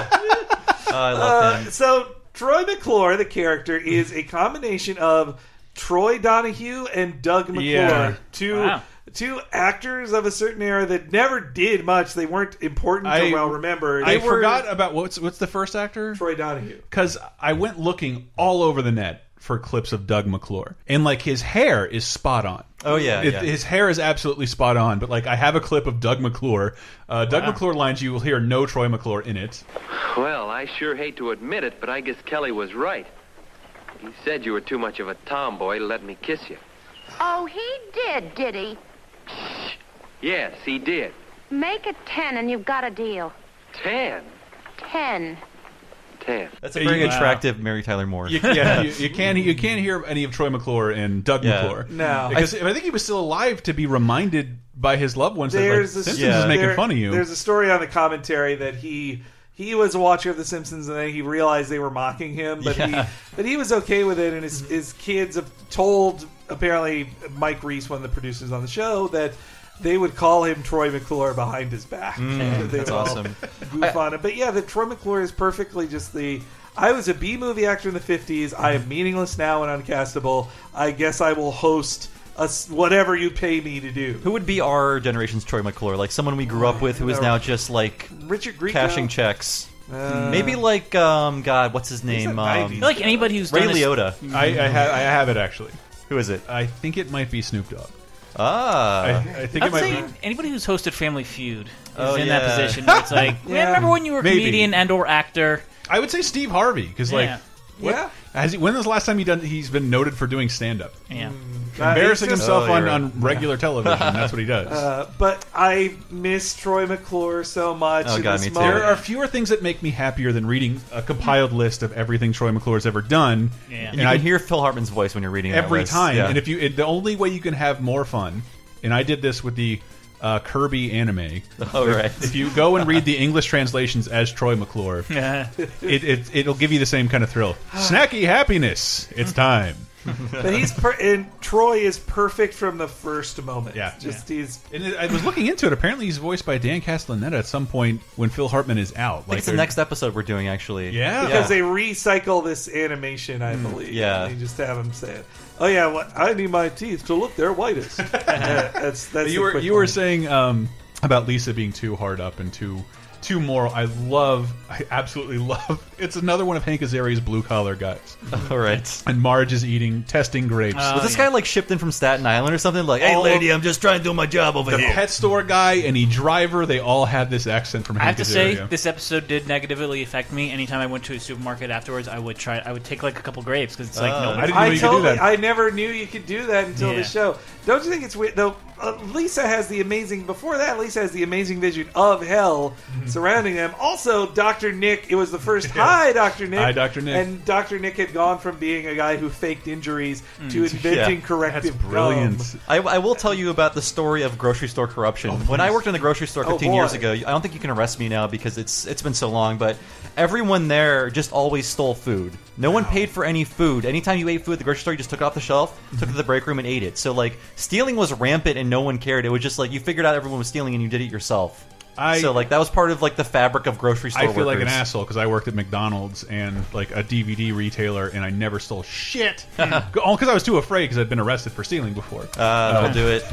Speaker 3: I
Speaker 2: uh, so Troy McClure, the character, is a combination of Troy Donahue and Doug McClure,
Speaker 4: Yeah.
Speaker 2: two
Speaker 4: Wow.
Speaker 2: two actors of a certain era that never did much. They weren't important or well remembered.
Speaker 4: I
Speaker 2: They were-
Speaker 4: forgot about what's what's the first actor?
Speaker 2: Troy Donahue.
Speaker 4: Because I went looking all over the net for clips of Doug McClure, and like his hair is spot on.
Speaker 3: Oh, yeah, yeah.
Speaker 4: his hair is absolutely spot on. But like, I have a clip of Doug McClure. Uh, Doug
Speaker 17: Wow.
Speaker 4: McClure lines you will hear no Troy McClure
Speaker 3: *laughs*
Speaker 4: in it.
Speaker 17: Well, I sure hate to admit it, but I guess Kelly was right. He said you were too much of a tomboy to let me kiss you.
Speaker 18: Oh, he did, did he?
Speaker 17: Yes, he did.
Speaker 18: Make it ten and you've got a deal.
Speaker 17: Ten.
Speaker 18: Ten.
Speaker 17: Ten.
Speaker 3: That's a very
Speaker 4: Wow.
Speaker 3: attractive Mary Tyler Moore.
Speaker 4: *laughs* You, yeah, you, you can't you can't hear any of Troy McClure and Doug
Speaker 3: Yeah.
Speaker 4: McClure.
Speaker 2: No.
Speaker 4: because I, think he was still alive to be reminded by his loved ones
Speaker 2: There's
Speaker 4: that like,
Speaker 2: a,
Speaker 4: Simpsons is making
Speaker 2: there-
Speaker 4: fun of you.
Speaker 2: There's a story on the commentary that he he was a watcher of The Simpsons, and then he realized they were mocking him, but
Speaker 4: Yeah.
Speaker 2: he but he was okay with it. And his his kids have told apparently Mike Reese, one of the producers on the show, that. They would call him Troy McClure behind his back. *laughs*
Speaker 3: Mm,
Speaker 2: They
Speaker 3: that's
Speaker 2: would all
Speaker 3: awesome.
Speaker 2: Goof on him, but yeah, the Troy McClure is perfectly just the. I was a B movie actor in the '50s. I am meaningless now and uncastable. I guess I will host a s whatever you pay me to do.
Speaker 3: Who would be our generation's Troy McClure? Like someone we grew up with who is now just like
Speaker 2: Richard Grieco.
Speaker 3: cashing checks.
Speaker 2: Uh,
Speaker 3: Maybe like um God, what's his name? Um,
Speaker 5: like anybody who's
Speaker 3: Ray
Speaker 5: done this-
Speaker 3: Liotta.
Speaker 4: I, I, ha I have it actually.
Speaker 3: Who is it?
Speaker 4: I think it might be Snoop Dogg.
Speaker 3: Ah,
Speaker 4: I, I think
Speaker 5: I'd
Speaker 4: it might
Speaker 5: say
Speaker 4: be.
Speaker 5: anybody who's hosted Family Feud is
Speaker 4: Oh,
Speaker 5: in
Speaker 4: yeah.
Speaker 5: that position. Where it's like,
Speaker 4: Yeah.
Speaker 5: man, remember when you were a
Speaker 4: Maybe.
Speaker 5: comedian and or actor?
Speaker 4: I would say Steve Harvey because
Speaker 5: Yeah.
Speaker 4: like, what,
Speaker 5: Yeah.
Speaker 4: Has he, when was the last time he done? He's been noted for doing stand up.
Speaker 5: Yeah.
Speaker 4: Embarrassing
Speaker 2: Uh, he's just-
Speaker 4: himself
Speaker 2: Oh,
Speaker 4: on,
Speaker 2: you're right.
Speaker 4: on regular
Speaker 2: *laughs*
Speaker 4: television. That's what he does.
Speaker 2: Uh, but I miss Troy McClure so much.
Speaker 3: Oh,
Speaker 2: in this moment.
Speaker 4: There *laughs* are fewer things that make me happier than reading a compiled list of everything Troy McClure's ever done.
Speaker 3: Yeah.
Speaker 4: And
Speaker 3: You can
Speaker 4: I-
Speaker 3: hear Phil Hartman's voice when you're reading that
Speaker 4: every
Speaker 3: list.
Speaker 4: time.
Speaker 3: Yeah.
Speaker 4: And if you, it, the only way you can have more fun, and I did this with the uh, Kirby
Speaker 2: *laughs*
Speaker 4: anime.
Speaker 3: Oh,
Speaker 4: if,
Speaker 3: right.
Speaker 4: If you go and read the English translations as Troy McClure,
Speaker 5: Yeah.
Speaker 4: it, it it'll give you the same kind of thrill.
Speaker 2: *gasps*
Speaker 4: Snacky happiness.
Speaker 5: *laughs*
Speaker 4: It's time.
Speaker 2: but he's per- and Troy is perfect from the first moment. Yeah, just he's.
Speaker 4: And I was looking into it. Apparently, he's voiced by Dan Castellaneta at some point when Phil Hartman is out.
Speaker 3: it's the next episode we're doing actually.
Speaker 2: because they recycle this animation,
Speaker 4: Mm.
Speaker 2: I believe.
Speaker 3: yeah.
Speaker 2: they just have him say it. Oh yeah, well, I need my teeth to look
Speaker 4: *laughs*
Speaker 2: their whitest. Yeah, that's that's
Speaker 4: you
Speaker 2: the
Speaker 4: were
Speaker 2: quick
Speaker 4: you were saying um, about Lisa being too hard up and too too moral. I love, I absolutely *laughs* love. It's another one of Hank Azaria's blue collar
Speaker 5: *laughs*
Speaker 4: guys.
Speaker 3: All right.
Speaker 4: And Marge is eating testing grapes.
Speaker 5: Uh,
Speaker 3: was this guy like shipped in from Staten Island or something? Like, hey,
Speaker 4: All
Speaker 3: lady, I'm just trying to do my job over
Speaker 4: the
Speaker 3: here.
Speaker 4: pet store guy and he driver? They all have this accent from
Speaker 5: I
Speaker 4: Hank
Speaker 5: have to
Speaker 4: Azaria.
Speaker 5: say, this episode did negatively affect me. Anytime I went to a supermarket afterwards, I would try. I would take like a couple grapes because it's like
Speaker 4: Ah.
Speaker 5: no.
Speaker 4: I didn't know you could do
Speaker 2: totally-
Speaker 4: that.
Speaker 2: I never knew you could do that until
Speaker 5: Yeah.
Speaker 2: the show. Don't you think it's weird though? Uh, Lisa has the amazing. Before that, Lisa has the amazing vision of hell
Speaker 4: Mm-hmm.
Speaker 2: surrounding them. Also, Doctor Nick. It was
Speaker 4: *laughs*
Speaker 2: the first hi, Doctor Nick.
Speaker 4: Hi, Dr. Nick.
Speaker 2: And Doctor Nick had gone from being a guy who faked injuries to
Speaker 3: Mm.
Speaker 4: *laughs*
Speaker 2: inventing
Speaker 3: Yeah.
Speaker 2: corrective gum.
Speaker 3: I, I will tell you about the story of grocery store corruption.
Speaker 4: Oh,
Speaker 3: when I worked in the grocery store
Speaker 2: Oh,
Speaker 3: 15 years
Speaker 2: boy.
Speaker 3: ago, I don't think you can arrest me now because it's it's been so long. But everyone there just always stole food. No one paid for any food. Anytime you ate food at the grocery store, you just took it off the shelf, took it to the break room, and ate it. So like stealing was rampant, and no one cared. It was just like you figured out everyone was stealing, and you did it yourself.
Speaker 4: I-
Speaker 3: so like that was part of like the fabric of grocery store.
Speaker 4: I feel like an
Speaker 3: workers.
Speaker 4: asshole because I worked at McDonald's and like a DVD retailer, and I never stole
Speaker 5: *laughs*
Speaker 4: shit. All because I was too afraid because I'd been arrested for stealing before.
Speaker 3: Uh, that'll do it.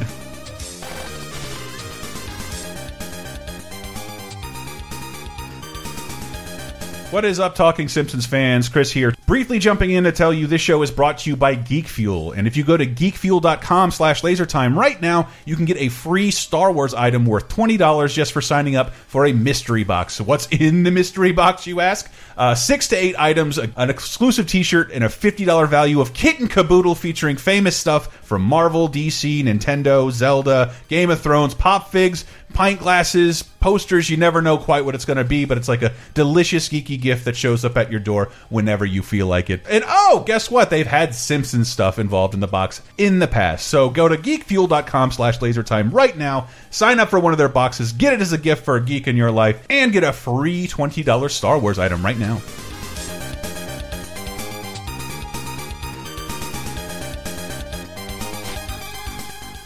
Speaker 4: What is up, Talking Simpsons fans? Chris here. Briefly jumping in to tell you this show is brought to you by Geek Fuel. And if you go to geekfuel.com slash lasertime right now, you can get a free Star Wars item worth $20 just for signing up for a mystery box. So what's in the mystery box, you ask? Uh, six to eight items, a- an exclusive t-shirt, and a $50 value of Kit and Caboodle featuring famous stuff from Marvel, DC, Nintendo, Zelda, Game of Thrones, Pop Figs, pint glasses, posters. You never know quite what it's going to be, but it's like a delicious geeky gift that shows up at your door whenever you feel like it. And oh, guess what? They've had Simpson stuff involved in the box in the past. So go to geekfuel.com slash lasertime right now, sign up for one of their boxes, get it as a gift for a geek in your life, and get a free $20 Star Wars item right now.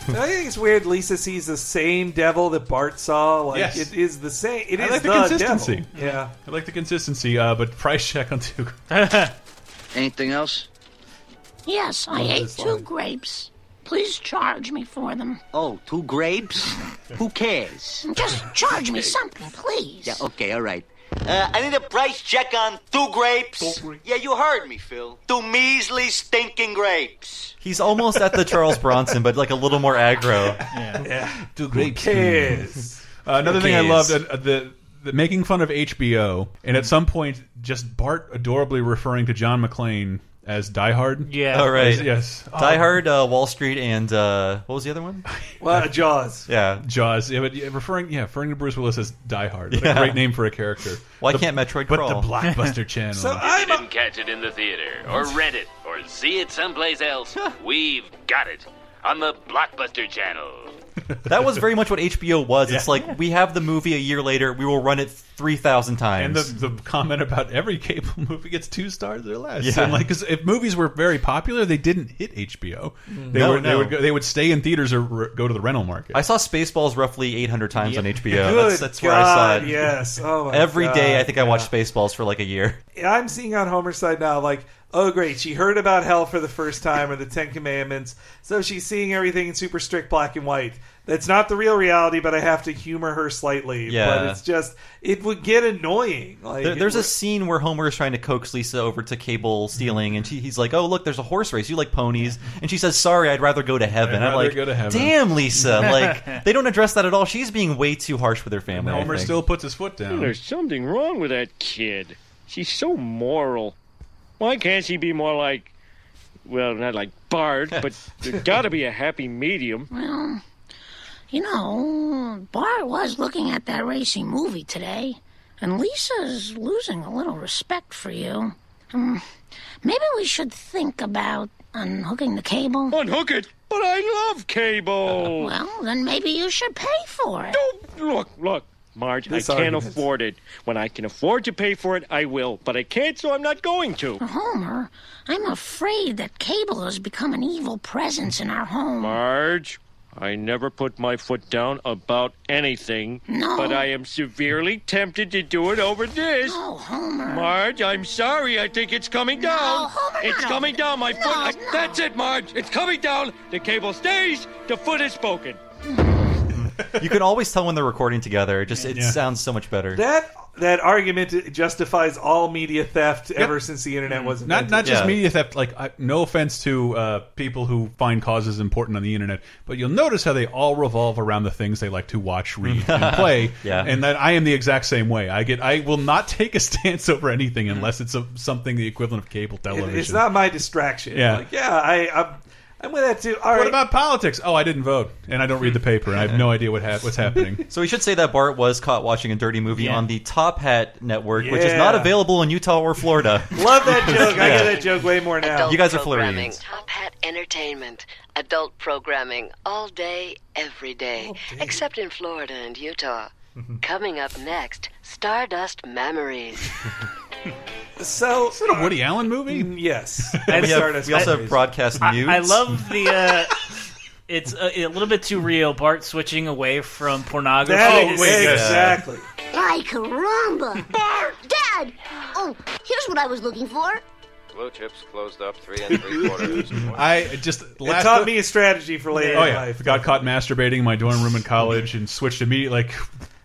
Speaker 2: I think it's weird. Lisa sees the same devil that Bart saw. Like
Speaker 4: Yes.
Speaker 2: it is the same. It
Speaker 4: I
Speaker 2: is
Speaker 4: like the
Speaker 2: the,
Speaker 4: consistency.
Speaker 2: devil. Yeah.
Speaker 4: I like the consistency, uh, but *laughs* price check on two.
Speaker 7: Anything else?
Speaker 13: Yes, I
Speaker 7: Love
Speaker 13: ate
Speaker 7: this
Speaker 13: two
Speaker 7: line.
Speaker 13: grapes. Please charge me for them.
Speaker 7: Oh, two *laughs* grapes? Who cares?
Speaker 13: Just charge me
Speaker 7: *laughs* Okay.
Speaker 13: something, please.
Speaker 7: Yeah, okay, all right. Uh, I need a price check on two grapes. Yeah, you heard me, Phil. Two measly stinking grapes.
Speaker 3: He's almost at the Charles Bronson, but like a little more aggro.
Speaker 4: Two
Speaker 3: grapes.
Speaker 4: Uh, another
Speaker 3: Who
Speaker 4: thing I
Speaker 3: cares?
Speaker 4: loved uh, the, the making fun of HBO, and
Speaker 3: Mm.
Speaker 4: at some point, just Bart adorably referring to John McClane as Die Hard.
Speaker 3: All right.
Speaker 4: As- yes.
Speaker 3: Die
Speaker 4: Oh,
Speaker 3: Hard, uh, Wall Street, and uh, what was the other one?
Speaker 2: *laughs* Well, Jaws.
Speaker 3: Yeah.
Speaker 4: Jaws. Yeah, but yeah, referring yeah, referring to Bruce Willis as Die Hard. What
Speaker 3: Yeah.
Speaker 4: a great name for a character.
Speaker 3: Why
Speaker 4: The-
Speaker 3: can't Metroid
Speaker 4: But
Speaker 3: crawl? *laughs*
Speaker 4: the blockbuster channel.
Speaker 8: if you didn't catch it in the theater, or read it, or see it someplace else, we've got it on the Blockbuster channel.
Speaker 3: That was very much what HBO was. It's like we have the movie a year later, we will run it three thousand
Speaker 4: and
Speaker 3: times.
Speaker 4: the, the comment about every cable *laughs* movie gets two stars or less.
Speaker 3: Yeah.
Speaker 4: And like, 'cause if movies were very popular, they didn't hit HBO.
Speaker 3: Mm.
Speaker 4: They,
Speaker 3: No,
Speaker 4: were, they
Speaker 3: no.
Speaker 4: would go, they would stay in theaters or re- go to the rental market.
Speaker 3: I saw Spaceballs roughly eight hundred times on HBO.
Speaker 2: Good
Speaker 3: Oh, that's that's where I saw
Speaker 2: God,
Speaker 3: it.
Speaker 2: yes. Oh my
Speaker 3: Every
Speaker 2: God,
Speaker 3: day, I think I watched Spaceballs for like a year.
Speaker 2: I'm seeing on Homer's side now, like, oh great, she heard about hell for the first time or the Ten Commandments, so she's seeing everything in super strict black and white. That's not the real reality, but I have to humor her slightly. But
Speaker 3: Yeah.
Speaker 2: it's just it would get annoying. Like
Speaker 3: There- there's
Speaker 2: it
Speaker 3: a scene where Homer is trying to coax Lisa over to cable stealing, and she, he's like, "Oh, look, there's a horse race. You like ponies?" And she says, "Sorry, I'd rather go to heaven."
Speaker 4: I'd
Speaker 3: I'm
Speaker 4: rather
Speaker 3: like,
Speaker 4: go to heaven.
Speaker 3: "Damn, Lisa! Like, they don't address that at all. She's being way too harsh with her family." I
Speaker 4: Homer
Speaker 3: think.
Speaker 4: still puts his foot down.
Speaker 10: There's something wrong with that kid. She's so moral. Why can't she be more like, well, not like Bart, but there's got to be a happy medium.
Speaker 13: Well, you know, Bart was looking at that racing movie today, and Lisa's losing a little respect for you. Hmm, maybe we should think about uh, unhooking the cable. Uh,
Speaker 10: Unhook it, but I love cable.
Speaker 13: Well, then maybe you should pay for it.
Speaker 10: Look, look, Marge,
Speaker 13: This
Speaker 10: I can't
Speaker 13: argument.
Speaker 10: afford it. When I can afford to pay for it, I will. But I can't, so I'm not going to.
Speaker 13: Uh, Homer, I'm afraid that cable has become an evil presence in our home.
Speaker 10: Marge, I never put my foot down about anything.
Speaker 13: No.
Speaker 10: But I am severely tempted to do it over this.
Speaker 13: No, Homer.
Speaker 10: Marge, I'm sorry. I think it's coming
Speaker 13: No,
Speaker 10: down.
Speaker 13: Homer,
Speaker 10: it's
Speaker 13: not
Speaker 10: coming
Speaker 13: over
Speaker 10: down. My
Speaker 13: this.
Speaker 10: foot.
Speaker 13: No,
Speaker 10: I-
Speaker 13: no.
Speaker 10: That's it, Marge. It's coming down. The cable stays. The foot is spoken.
Speaker 3: you can always tell when they're recording together. It just it sounds so much better.
Speaker 2: That that argument justifies all media theft ever since the internet was
Speaker 4: Not
Speaker 2: invented.
Speaker 4: not just media theft. Like, I, no offense to uh, people who find causes important on the internet, but you'll notice how they all revolve around the things they like to watch,
Speaker 2: *laughs*
Speaker 4: read, and play.
Speaker 3: Yeah.
Speaker 4: And that I am the exact same way. I get. I will not *laughs* take a stance over anything
Speaker 2: Mm-hmm.
Speaker 4: unless it's a, something the equivalent of cable television.
Speaker 2: It's not my distraction.
Speaker 4: Yeah.
Speaker 2: Like, yeah, I I'm, I'm with that too. All
Speaker 4: what
Speaker 2: right.
Speaker 4: about politics? Oh, I didn't vote, and I don't
Speaker 2: *laughs*
Speaker 4: read the paper, and I have no idea what ha what's happening.
Speaker 3: So we should say that Bart was caught watching a dirty movie
Speaker 4: Yeah.
Speaker 3: on the Top Hat network, which is
Speaker 2: Yeah.
Speaker 3: not available in Utah or Florida.
Speaker 2: Love
Speaker 4: *laughs*
Speaker 2: that joke. I
Speaker 3: Yeah.
Speaker 2: get that joke way more now.
Speaker 3: You guys are
Speaker 12: programming,
Speaker 3: Floridians.
Speaker 12: Top Hat Entertainment, adult programming all day, every day, except in Florida and Utah.
Speaker 3: Mm-hmm.
Speaker 12: Coming up next, Stardust Memories.
Speaker 2: So is
Speaker 4: it a Woody Allen movie? *laughs*
Speaker 2: Mm-hmm. Yes.
Speaker 3: And *laughs* we, have,
Speaker 2: Stardust
Speaker 3: we also have
Speaker 2: Memories.
Speaker 3: broadcast
Speaker 5: I,
Speaker 3: news.
Speaker 5: I love the. Uh, it's a, a little bit too real. Bart switching away from pornography. Oh,
Speaker 2: That
Speaker 4: Oh,
Speaker 2: is exactly.
Speaker 11: Ay, caramba! Bart! Dad! Oh, here's what I was looking for.
Speaker 19: Blue chips closed up three and three quarters.
Speaker 3: *laughs*
Speaker 4: I just last
Speaker 2: taught me a strategy for later
Speaker 4: Oh
Speaker 2: in
Speaker 4: yeah,
Speaker 2: life.
Speaker 4: got caught masturbating in my dorm room in college and switched immediately. Like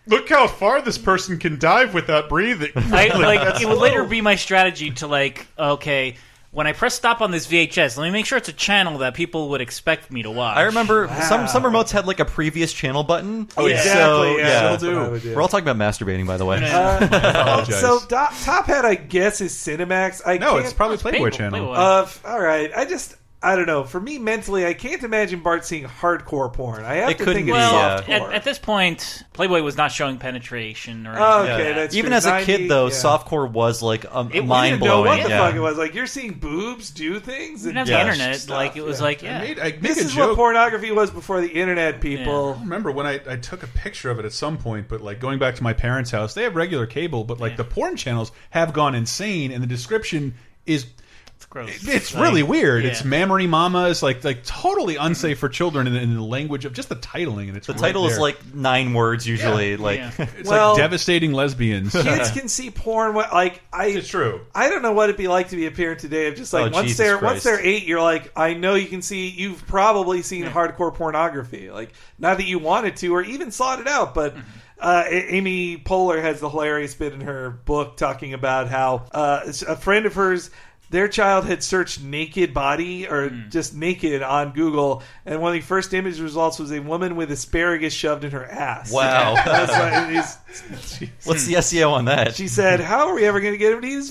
Speaker 4: Look how far this person can dive without breathing.
Speaker 5: *laughs* I, like
Speaker 4: that's
Speaker 5: it would
Speaker 4: low.
Speaker 5: later be my strategy to like okay when I press stop on this VHS, let me make sure it's a channel that people would expect me to watch.
Speaker 3: I remember some some remotes had like a previous channel button.
Speaker 5: Oh, yeah.
Speaker 3: So,
Speaker 5: Exactly, yeah,
Speaker 3: yeah.
Speaker 5: still do. That's what I would
Speaker 2: do.
Speaker 3: We're all talking about masturbating, by the way.
Speaker 2: apologize. So Do- Top Hat, I guess, is Cinemax. I
Speaker 3: No,
Speaker 2: can't-
Speaker 3: it's probably Playboy Playboy, Channel. Playboy.
Speaker 2: Uh, f- all right, I just I don't know. For me, mentally, I can't imagine Bart seeing hardcore porn. I have to think it's
Speaker 5: well,
Speaker 2: soft
Speaker 5: at, at this point, Playboy was not showing penetration or
Speaker 2: Oh,
Speaker 5: anything.
Speaker 2: okay,
Speaker 5: like that.
Speaker 2: that's
Speaker 3: Even as a kid, though, softcore was like
Speaker 5: didn't
Speaker 3: mind
Speaker 2: know
Speaker 3: blowing.
Speaker 2: what the
Speaker 3: yeah.
Speaker 2: fuck it was. Like you're seeing boobs do things. And
Speaker 5: didn't have the internet, like, it was like, I yeah. made- I made
Speaker 2: this
Speaker 5: a
Speaker 2: is what
Speaker 5: joke.
Speaker 2: pornography was before the internet. People
Speaker 4: remember when I, I took a picture of it at some point, but like going back to my parents' house, they have regular cable, but like the porn channels have gone insane, and the description is. It's
Speaker 5: gross.
Speaker 4: It's
Speaker 5: Like,
Speaker 4: really weird.
Speaker 5: yeah.
Speaker 4: It's mammary mamas, like like totally unsafe for children in, in the language of just the titling, and it's
Speaker 3: The title is like nine words usually.
Speaker 2: *laughs*
Speaker 3: Like *laughs*
Speaker 4: it's
Speaker 2: Well-
Speaker 4: like devastating lesbians. *laughs*
Speaker 2: Kids can see porn. What like I? It's
Speaker 4: true.
Speaker 2: I don't know what it'd be like to be a parent today. Of just like
Speaker 3: Oh,
Speaker 2: once
Speaker 3: Jesus
Speaker 2: they're once
Speaker 3: Christ.
Speaker 2: they're eight, you're like, I know you can see. You've probably seen hardcore pornography. Like not that you wanted to, or even sought it out, but. Uh, A- Amy Poehler has the hilarious bit in her book talking about how uh, a friend of hers, their child had searched naked body or just naked on Google, and one of the first image results was a woman with asparagus shoved in her ass.
Speaker 3: Wow.
Speaker 2: That's why it is-
Speaker 3: *laughs* What's the SEO on that?
Speaker 2: She said, "How are we ever going to get him to eat his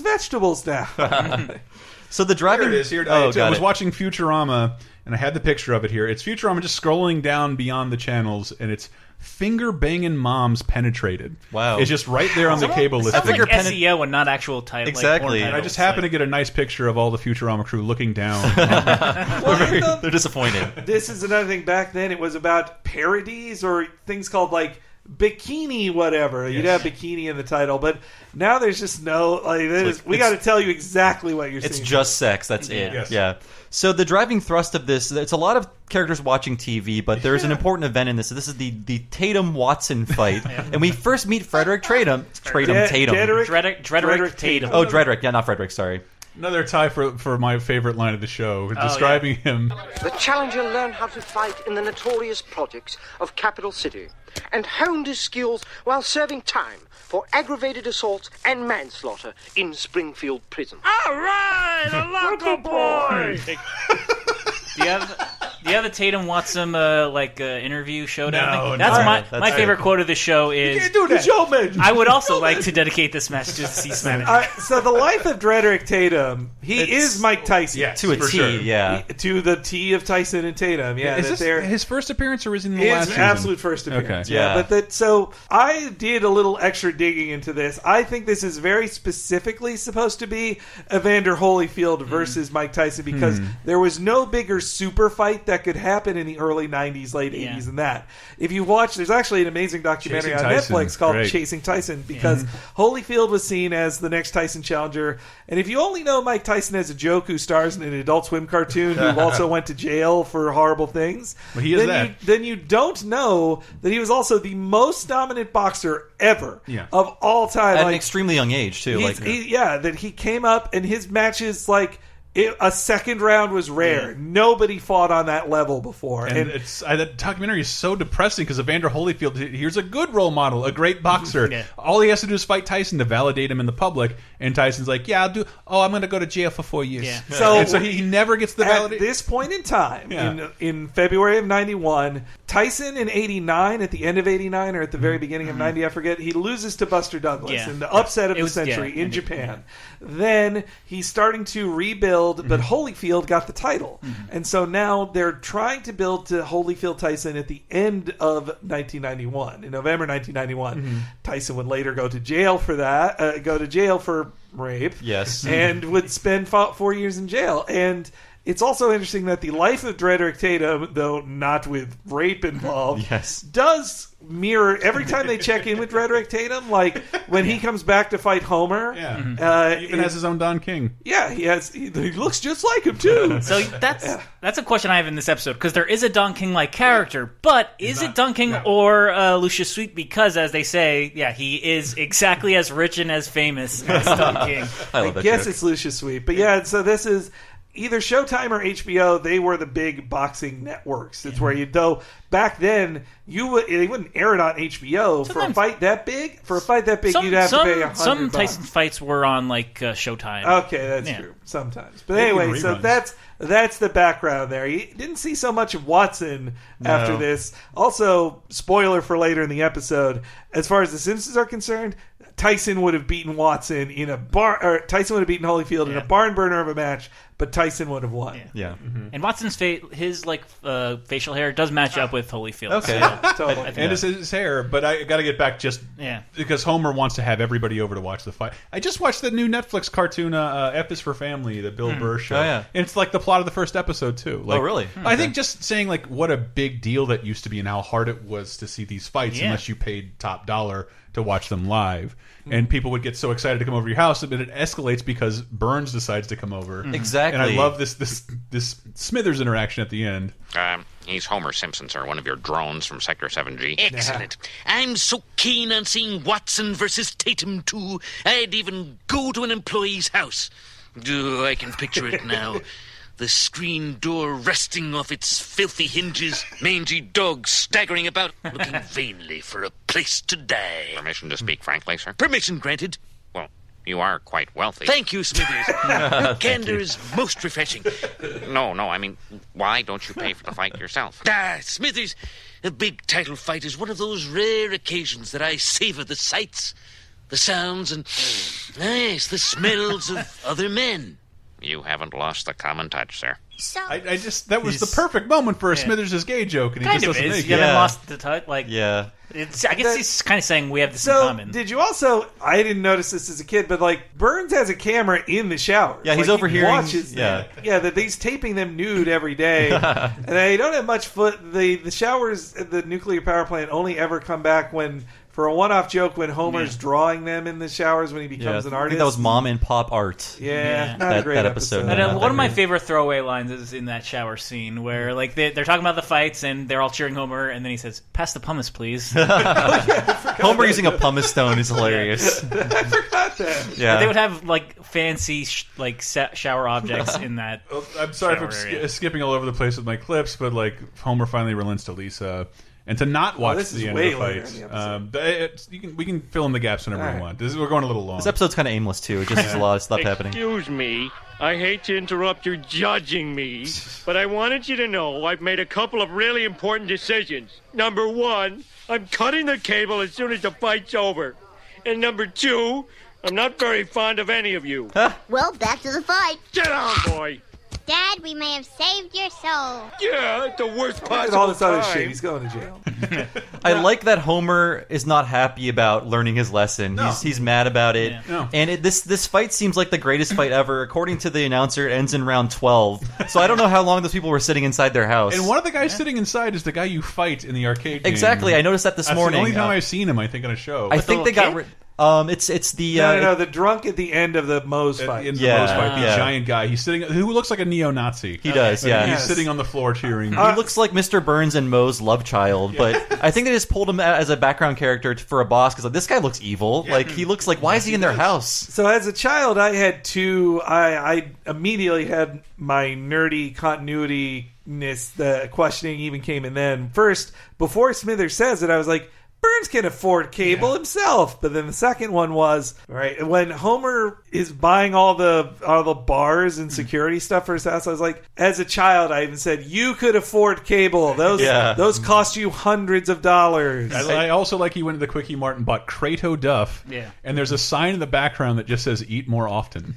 Speaker 3: *laughs*
Speaker 2: vegetables now?"
Speaker 3: so the driving
Speaker 4: Here it is. Here it
Speaker 3: oh,
Speaker 4: is. I
Speaker 3: got
Speaker 4: was
Speaker 3: it.
Speaker 4: watching Futurama, and I had the picture of it here. It's Futurama just scrolling down beyond the channels, and it's finger banging moms penetrated.
Speaker 3: Wow,
Speaker 4: it's just right there on the cable
Speaker 5: Sounds
Speaker 4: list.
Speaker 5: like SEO and not actual title. Like porn
Speaker 4: I
Speaker 5: titles.
Speaker 4: just happened to get a nice picture of all the Futurama crew looking down.
Speaker 3: *laughs* they're disappointed.
Speaker 2: this is another thing. Back then, it was about parodies or things called like bikini whatever. You'd have bikini in the title, but now there's just no like. This,
Speaker 3: like-
Speaker 2: we got
Speaker 3: it's-
Speaker 2: to tell you exactly what you're
Speaker 3: It's
Speaker 2: seeing.
Speaker 3: just sex. That's it.
Speaker 2: Yes.
Speaker 3: Yeah. So the driving thrust of this, it's a lot of characters watching TV, but there's an important event in this. This is the the Tatum Watson fight, and we first meet Frederick Tatum. Tatum
Speaker 4: Dred-
Speaker 3: Tatum.
Speaker 4: Drederick-
Speaker 5: Drederick- Drederick Drederick Tatum. Tatum.
Speaker 3: Oh, Drederick. Yeah, not Frederick. Sorry.
Speaker 4: Another tie for for my favorite line of the
Speaker 3: Oh,
Speaker 4: show,
Speaker 20: yeah.
Speaker 4: describing him.
Speaker 20: The challenger learned how to fight in the notorious projects of Capital City and honed his skills while serving time for aggravated assault and manslaughter in Springfield Prison. All right, a local boy!
Speaker 5: Do you have do you have a Tatum Watson uh, like uh, interview showdown?
Speaker 4: No,
Speaker 5: thing? that's
Speaker 4: no,
Speaker 5: my
Speaker 4: that's
Speaker 5: my
Speaker 4: it.
Speaker 5: favorite quote of the show is.
Speaker 2: can't do that. Showman.
Speaker 5: I would also like to dedicate this match to C. Smash.
Speaker 2: Uh, so the life of Drederick Tatum, he is Mike Tyson
Speaker 3: to a for T, sure. yeah.
Speaker 2: He- to the T of Tyson and Tatum, yeah.
Speaker 4: is
Speaker 2: that
Speaker 4: this
Speaker 2: they're-
Speaker 4: his first appearance or is it in the
Speaker 2: It's
Speaker 4: last
Speaker 2: an
Speaker 4: season?
Speaker 2: absolute first appearance.
Speaker 4: Okay.
Speaker 2: Yeah. But that so I did a little extra digging into this. I think this is very specifically supposed to be Evander Holyfield versus Mike Tyson because
Speaker 4: Hmm.
Speaker 2: there was no bigger super fight that could happen in the early '90s, late
Speaker 4: Yeah.
Speaker 2: '80s than that. If you watch, there's actually an amazing documentary
Speaker 4: Chasing
Speaker 2: on
Speaker 4: Tyson,
Speaker 2: Netflix called
Speaker 4: great. Hmm.
Speaker 2: Chasing Tyson because Holyfield was seen as the next Tyson challenger. And if you only know Mike Tyson as a joke who stars in an Adult Swim cartoon
Speaker 4: *laughs*
Speaker 2: who also went to jail for horrible things,
Speaker 4: Well, he is
Speaker 2: then
Speaker 4: that.
Speaker 2: You, then you don't know that he was also the most dominant boxer ever
Speaker 3: Yeah.
Speaker 2: of all time.
Speaker 3: At an
Speaker 2: like,
Speaker 3: extremely young age too.
Speaker 2: he's-
Speaker 3: Like
Speaker 2: he- yeah, that he came up and his matches like. It, a second round was rare. Nobody fought on that level before,
Speaker 4: And, it's I, that documentary is so depressing because Evander Holyfield. he- Here's a good role model, a great boxer. All he has to do is fight Tyson to validate him in the public, and Tyson's like, "Yeah, I'll do. Oh, I'm going to go to jail for four years." *laughs*
Speaker 2: So,
Speaker 4: And so he, he never gets the
Speaker 2: at
Speaker 4: validation.
Speaker 2: this point in time
Speaker 4: Yeah.
Speaker 2: in in February of '91. Tyson in '89, at the end of '89 or at the very beginning of '90, I forget. He loses to Buster Douglas
Speaker 5: Mm-hmm. Yeah.
Speaker 2: in the upset of
Speaker 5: It
Speaker 2: the
Speaker 5: was-
Speaker 2: century
Speaker 5: yeah, Mm-hmm.
Speaker 2: in
Speaker 5: and it-
Speaker 2: Japan. Then he's starting to rebuild, but Holyfield got the title,
Speaker 5: Mm-hmm.
Speaker 2: and so now they're trying to build to Holyfield Tyson at the end of 1991 in November 1991.
Speaker 5: Mm-hmm.
Speaker 2: Tyson would later go to jail for that. Uh, go to jail for rape.
Speaker 3: Yes.
Speaker 2: and would spend fo- four years in jail. And it's also interesting that the life of Drederick Tatum, though not with rape involved,
Speaker 3: yes.
Speaker 2: does mirror every time they check in with Drederick Tatum. Like when he comes back to fight Homer, yeah, uh,
Speaker 4: Even has his own Don King.
Speaker 2: Yeah, he has. He, he looks just like
Speaker 4: *laughs*
Speaker 2: him too.
Speaker 5: So that's that's a question I have in this episode because there is a Don King like character, but is it Don King or uh, Lucius Sweet? Because as they say, yeah, he is
Speaker 2: *laughs*
Speaker 5: exactly as rich and as famous as Don King.
Speaker 2: I guess it's Lucius Sweet, but yeah. So this is either Showtime or HBO, they were the big boxing networks. That's
Speaker 5: Mm-hmm.
Speaker 2: where you go. Back then, you would they wouldn't air it on HBO for a fight that big. For a fight that big,
Speaker 5: Some,
Speaker 2: you'd have
Speaker 5: some,
Speaker 2: to pay a
Speaker 5: some
Speaker 2: hundred. bucks.
Speaker 5: Tyson fights were on like uh, Showtime.
Speaker 2: Okay, that's
Speaker 5: Yeah.
Speaker 2: true. Sometimes, but
Speaker 5: They do
Speaker 2: anyway, so
Speaker 5: reruns.
Speaker 2: that's that's the background there. You didn't see so much of Watson
Speaker 5: No.
Speaker 2: after this. Also, spoiler for later in the episode. As far as the Simpsons are concerned, Tyson would have beaten Watson in a bar. Or Tyson would have beaten Holyfield in a barn burner of a match, but Tyson would have won.
Speaker 3: Yeah.
Speaker 5: And Watson's fa- his like uh, facial hair does match
Speaker 2: Oh.
Speaker 5: up with Holyfield.
Speaker 4: Okay.
Speaker 5: so
Speaker 2: *laughs*
Speaker 5: I- I
Speaker 4: totally.
Speaker 5: think
Speaker 4: And
Speaker 5: that-
Speaker 4: it's his hair, but I got to get back just
Speaker 5: Yeah.
Speaker 4: because Homer wants to have everybody over to watch the fight. I just watched the new Netflix cartoon, uh, uh, F is for Family, the Bill
Speaker 3: Hmm.
Speaker 4: Burr show.
Speaker 3: Oh, yeah. Oh,
Speaker 4: And it's like the plot of the first episode, too. Like,
Speaker 3: really? Hmm.
Speaker 4: I think just saying, like, what a big deal that used to be and how hard it was to see these fights
Speaker 3: Yeah.
Speaker 4: unless you paid top dollar to watch them live. And people would get so excited to come over to your house, but it escalates because Burns decides to come over.
Speaker 3: Mhm. Exactly.
Speaker 4: And I love this this this Smithers interaction at the end.
Speaker 21: Um, he's Homer Simpson, sir, one of your drones from Sector 7G.
Speaker 9: Excellent. *laughs* I'm so keen on seeing Watson versus Tatum 2, I'd even go to an employee's house. Do I can picture it
Speaker 21: *laughs*
Speaker 9: now. The screen door resting off its filthy hinges, mangy dog staggering about, looking
Speaker 21: *laughs*
Speaker 9: vainly for a place to die.
Speaker 21: Permission to speak frankly, sir?
Speaker 9: Permission granted.
Speaker 21: Well, you are quite wealthy.
Speaker 9: Thank you,
Speaker 21: *laughs*
Speaker 9: Smithers.
Speaker 21: Thank
Speaker 9: Candor
Speaker 21: you.
Speaker 9: is most refreshing.
Speaker 21: No, no, I mean, why don't you pay for the fight
Speaker 9: *laughs*
Speaker 21: yourself?
Speaker 9: Ah, Smithers, a big title fight is one of those rare occasions that I savor the sights, the sounds, and yes, the smells
Speaker 21: *laughs*
Speaker 9: of other men.
Speaker 21: You haven't lost the common touch, sir.
Speaker 4: I, I just that was the perfect moment for a Smithers' gay joke, and he
Speaker 5: kind
Speaker 4: just
Speaker 5: of
Speaker 4: doesn't
Speaker 5: is.
Speaker 4: make
Speaker 5: You
Speaker 4: it.
Speaker 5: haven't lost the touch. Like
Speaker 3: yeah,
Speaker 5: it's, I guess he's kind of saying we have this in
Speaker 2: So,
Speaker 5: common.
Speaker 2: did you also? I didn't notice this as a kid, but like Burns has a camera in the shower.
Speaker 3: Yeah, he's
Speaker 2: Like,
Speaker 3: overhearing-
Speaker 2: He watches
Speaker 3: yeah.
Speaker 2: that. yeah, that he's taping them nude every
Speaker 3: *laughs*
Speaker 2: day, and they don't have much foot. The the showers at the nuclear power plant only ever come back when for a one off joke when Homer's drawing them in the showers when he
Speaker 3: Yeah,
Speaker 2: becomes an
Speaker 3: I
Speaker 2: artist.
Speaker 3: think that was mom and pop art.
Speaker 2: Yeah, Yeah. not a
Speaker 3: that,
Speaker 2: great
Speaker 3: that episode.
Speaker 5: And, uh,
Speaker 3: Not
Speaker 5: one of
Speaker 3: that
Speaker 5: my
Speaker 3: great.
Speaker 5: favorite throwaway lines is in that shower scene where like they, they're talking about the fights and they're all cheering Homer and then he says, "Pass the pumice,
Speaker 3: *laughs*
Speaker 5: please."
Speaker 3: Homer using a pumice stone is hilarious. Yeah.
Speaker 5: But they would have like fancy sh- like sa- shower objects
Speaker 3: *laughs*
Speaker 5: in that.
Speaker 4: Well, I'm sorry if I'm
Speaker 5: shower
Speaker 4: sk-
Speaker 5: area.
Speaker 4: skipping all over the place with my clips, but like Homer finally relents to Lisa and to not watch
Speaker 2: Oh, this is
Speaker 4: the end
Speaker 2: way
Speaker 4: of the
Speaker 2: later in
Speaker 4: fight.
Speaker 2: the
Speaker 4: um, but it's- you can, we can fill in the gaps whenever
Speaker 2: All
Speaker 4: we
Speaker 2: right.
Speaker 4: want. This is, we're going a little long.
Speaker 3: This episode's kind of aimless too. It just has a lot of stuff happening.
Speaker 10: Excuse me. I hate to interrupt your judging me, but I wanted you to know I've made a couple of really important decisions. Number one, I'm cutting the cable as soon as the fight's over. And number two, I'm not very fond of any of you.
Speaker 16: Well, back to the fight.
Speaker 10: Get on, boy.
Speaker 16: Dad, we may have saved your soul.
Speaker 10: Yeah, at the
Speaker 2: *laughs*
Speaker 10: worst
Speaker 2: Look at
Speaker 10: possible
Speaker 2: all this other
Speaker 10: time.
Speaker 2: shit. He's going to jail.
Speaker 3: I like that Homer is not happy about learning his lesson. He's he's mad about it.
Speaker 4: No.
Speaker 3: And it, this this fight seems like the greatest fight ever. According to the announcer, it ends in round twelve. So I don't know how long those people were sitting inside their house.
Speaker 4: and one of the guys sitting inside is the guy you fight in the arcade. game.
Speaker 3: Exactly, I noticed that this
Speaker 4: That's
Speaker 3: morning.
Speaker 4: The only time
Speaker 3: Uh,
Speaker 4: I've seen him, I think, on a show.
Speaker 3: I think they got rid. Um, it's it's the
Speaker 2: No,
Speaker 3: uh,
Speaker 2: no, no. The drunk at the end of the Moe's fight.
Speaker 4: in the yeah, fight, the giant guy. He's sitting, who looks like a neo-Nazi.
Speaker 3: He does, yeah.
Speaker 4: He's
Speaker 3: Yes.
Speaker 4: sitting on the floor cheering.
Speaker 3: He looks like Mr. Burns and Moe's love child, but I think they just pulled him out as a background character t- for a boss because like this guy looks evil. Like he looks like why is he in their house?
Speaker 2: So as a child, I had two. I, I immediately had my nerdy continuity ness. The questioning even came in then. First, before Smithers says it, I was like, Burns can afford cable himself. But then the second one was right when Homer is buying all the all the bars and security stuff for his house. I was like, as a child, I even said, you could afford cable. Those
Speaker 4: Yeah.
Speaker 2: those cost you hundreds of dollars.
Speaker 4: I, I also like he went to the Quickie Mart and bought Crato Duff.
Speaker 2: Yeah.
Speaker 4: And there's a sign in the background that just says "Eat more
Speaker 2: *laughs*
Speaker 4: often."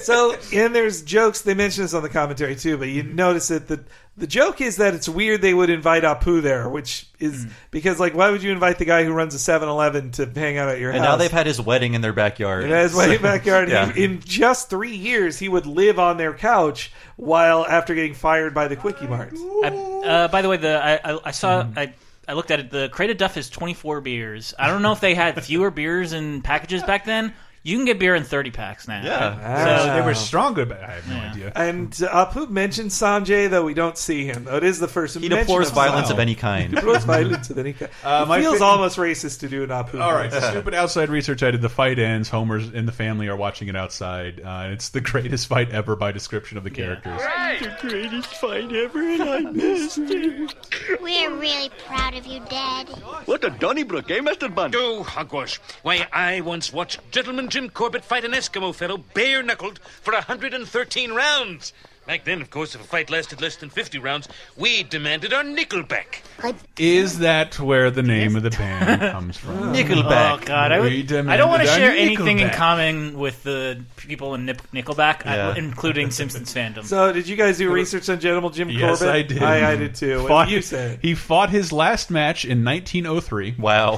Speaker 2: so and there's jokes they mention this on the commentary too but you
Speaker 3: Mm-hmm.
Speaker 2: notice it that the joke is that it's weird they would invite apu there which is
Speaker 3: Mm.
Speaker 2: because like why would you invite the guy who runs a 7-eleven to hang out at your
Speaker 3: And
Speaker 2: house
Speaker 3: now they've had his wedding in their backyard.
Speaker 2: in his way
Speaker 3: So- *laughs*
Speaker 2: backyard
Speaker 3: Yeah.
Speaker 2: he, in just three years he would live on their couch while after getting fired by the quickie mart
Speaker 5: I, uh, by the way, the I, I, I saw
Speaker 3: Mm.
Speaker 5: I. I looked at it. The crate of Duff is 24 beers. I don't know if they had fewer beers in packages back then. You can get beer in thirty packs now.
Speaker 2: Yeah.
Speaker 5: So-
Speaker 4: they were strong good. I have no idea.
Speaker 2: And uh, Apu mentioned Sanjay, though we don't see him. Though it is the first
Speaker 3: He
Speaker 2: mention
Speaker 3: deplores
Speaker 2: of
Speaker 3: violence
Speaker 2: Sanjay.
Speaker 3: of any
Speaker 2: *laughs*
Speaker 3: kind.
Speaker 2: He deplores violence of any kind.
Speaker 4: Uh,
Speaker 2: it
Speaker 4: my
Speaker 2: feels
Speaker 4: fa-
Speaker 2: almost racist to do an Apu.
Speaker 4: All
Speaker 2: *laughs*
Speaker 4: right,
Speaker 2: voice.
Speaker 4: stupid outside research I did. The fight ends. Homer's and the family are watching it outside, uh, and it's the *laughs* greatest fight ever by description of the characters.
Speaker 10: The greatest fight ever, and I missed it.
Speaker 16: We're really proud of you, Dad.
Speaker 10: What a Donnybrook, eh, Mr. Bunn?
Speaker 9: Oh, hogwash. Why, I once watched gentleman Jim Corbett fight an Eskimo fellow bare knuckled for 113 rounds. Back then, of course, if a fight lasted less than 50 rounds, we demanded our nickel back.
Speaker 4: Is that where the name of the band comes from?
Speaker 5: Oh God, I, would-
Speaker 4: We
Speaker 5: I don't want
Speaker 4: demanded
Speaker 5: to
Speaker 4: our
Speaker 5: share anything in
Speaker 4: Nickelback.
Speaker 5: common with the people in Nip- Nickelback, I-
Speaker 2: Yeah.
Speaker 5: including Simpsons fandom.
Speaker 2: So, did you guys do research on General Jim
Speaker 4: Yes,
Speaker 2: Corbett?
Speaker 4: I did.
Speaker 2: I, I did too. What
Speaker 4: Fought-
Speaker 2: you said.
Speaker 4: He fought his last match in 1903.
Speaker 3: Wow.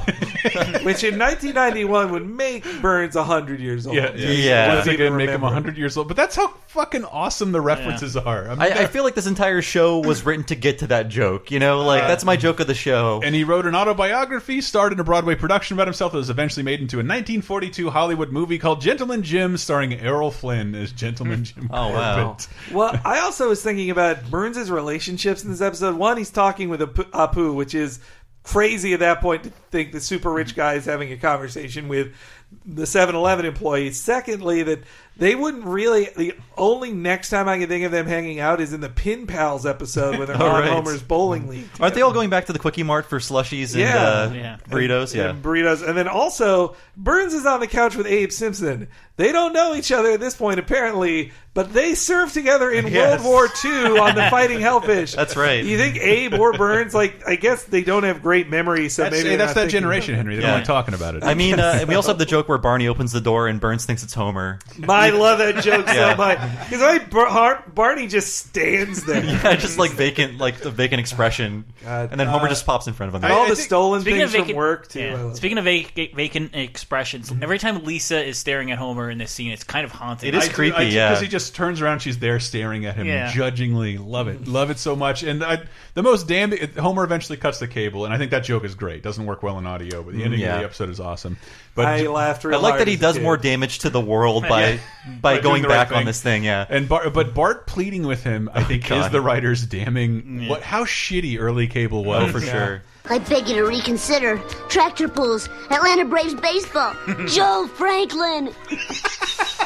Speaker 2: Which in 1991 would make Burns 100 years old.
Speaker 4: yeah, Once again, make him 100 years old. But that's how fucking awesome the references are. I mean,
Speaker 3: I, I feel like this entire show was written to get to that joke. You know, like
Speaker 4: Uh,
Speaker 3: that's my joke of the show.
Speaker 4: And he wrote an autobiography, starred in a Broadway production about himself that was eventually made into a 1942 Hollywood movie called Gentleman Jim, starring Errol Flynn as
Speaker 3: Hmm.
Speaker 4: Gentleman Jim
Speaker 3: Oh,
Speaker 4: Corbett.
Speaker 2: well, I also was thinking about Burns' relationships in this episode. One, he's talking with Apu, Apu, which is crazy at that point to think the super rich guy is having a conversation with the 7-Eleven employee. Secondly, that they wouldn't really. The only next time I can think of them hanging out is in the Pin Pals episode
Speaker 4: *laughs*
Speaker 2: when they're
Speaker 3: All
Speaker 2: on
Speaker 3: right.
Speaker 2: Homer's bowling league.
Speaker 3: Aren't they all going back to the Quickie Mart for slushies and
Speaker 2: Yeah.
Speaker 3: uh,
Speaker 2: Yeah.
Speaker 3: burritos? Yeah.
Speaker 2: and burritos. And then also, Burns is on the couch with Abe Simpson. They don't know each other at this point, apparently, but they served
Speaker 3: *laughs*
Speaker 2: together in
Speaker 3: Yes.
Speaker 2: World War II on the
Speaker 3: *laughs*
Speaker 2: Fighting Hellfish.
Speaker 3: That's right.
Speaker 2: You think Abe or Burns? Like, I guess they don't have great memories, so
Speaker 4: That's-
Speaker 2: maybe
Speaker 4: hey,
Speaker 2: they're
Speaker 4: that's
Speaker 2: not
Speaker 4: that
Speaker 2: thinking
Speaker 4: generation,
Speaker 2: about
Speaker 4: Henry. They
Speaker 2: Yeah.
Speaker 4: don't like talking about it.
Speaker 3: I mean, uh, and we also have the joke where Barney opens the door and Burns thinks it's Homer. *laughs*
Speaker 2: I love that joke
Speaker 3: Yeah.
Speaker 2: so much because I Bar- Har- Barney just stands there.
Speaker 3: yeah, just like vacant, like a vacant expression, and then Homer
Speaker 2: Uh,
Speaker 3: just pops in front of him.
Speaker 2: I- All I the think- stolen
Speaker 5: Speaking
Speaker 2: things
Speaker 5: of
Speaker 2: from
Speaker 5: vacant-
Speaker 2: work, Mm-hmm. too,
Speaker 5: yeah.
Speaker 2: I love
Speaker 5: Speaking of vac- vacant expressions, every time Lisa is staring at Homer in this scene, it's kind of haunting.
Speaker 4: Because he just turns around, she's there staring at him
Speaker 5: Yeah.
Speaker 4: judgingly. Love it. Love it so much. And I, the most damn. Homer eventually cuts the cable, and I think that joke is great. Doesn't work well in audio, but the
Speaker 3: Mm,
Speaker 4: ending
Speaker 3: yeah.
Speaker 4: of the episode is awesome. But
Speaker 3: I like that he does more damage to the world by by
Speaker 4: doing
Speaker 3: going
Speaker 4: the right
Speaker 3: back on this thing. Yeah,
Speaker 4: And Bart, but Bart pleading with him, I think, is
Speaker 3: Oh God.
Speaker 4: the writer's damning. What how shitty early cable was
Speaker 3: Oh, for Yeah. sure.
Speaker 11: I beg you to reconsider. Tractor pulls, Atlanta Braves baseball, Joe Franklin.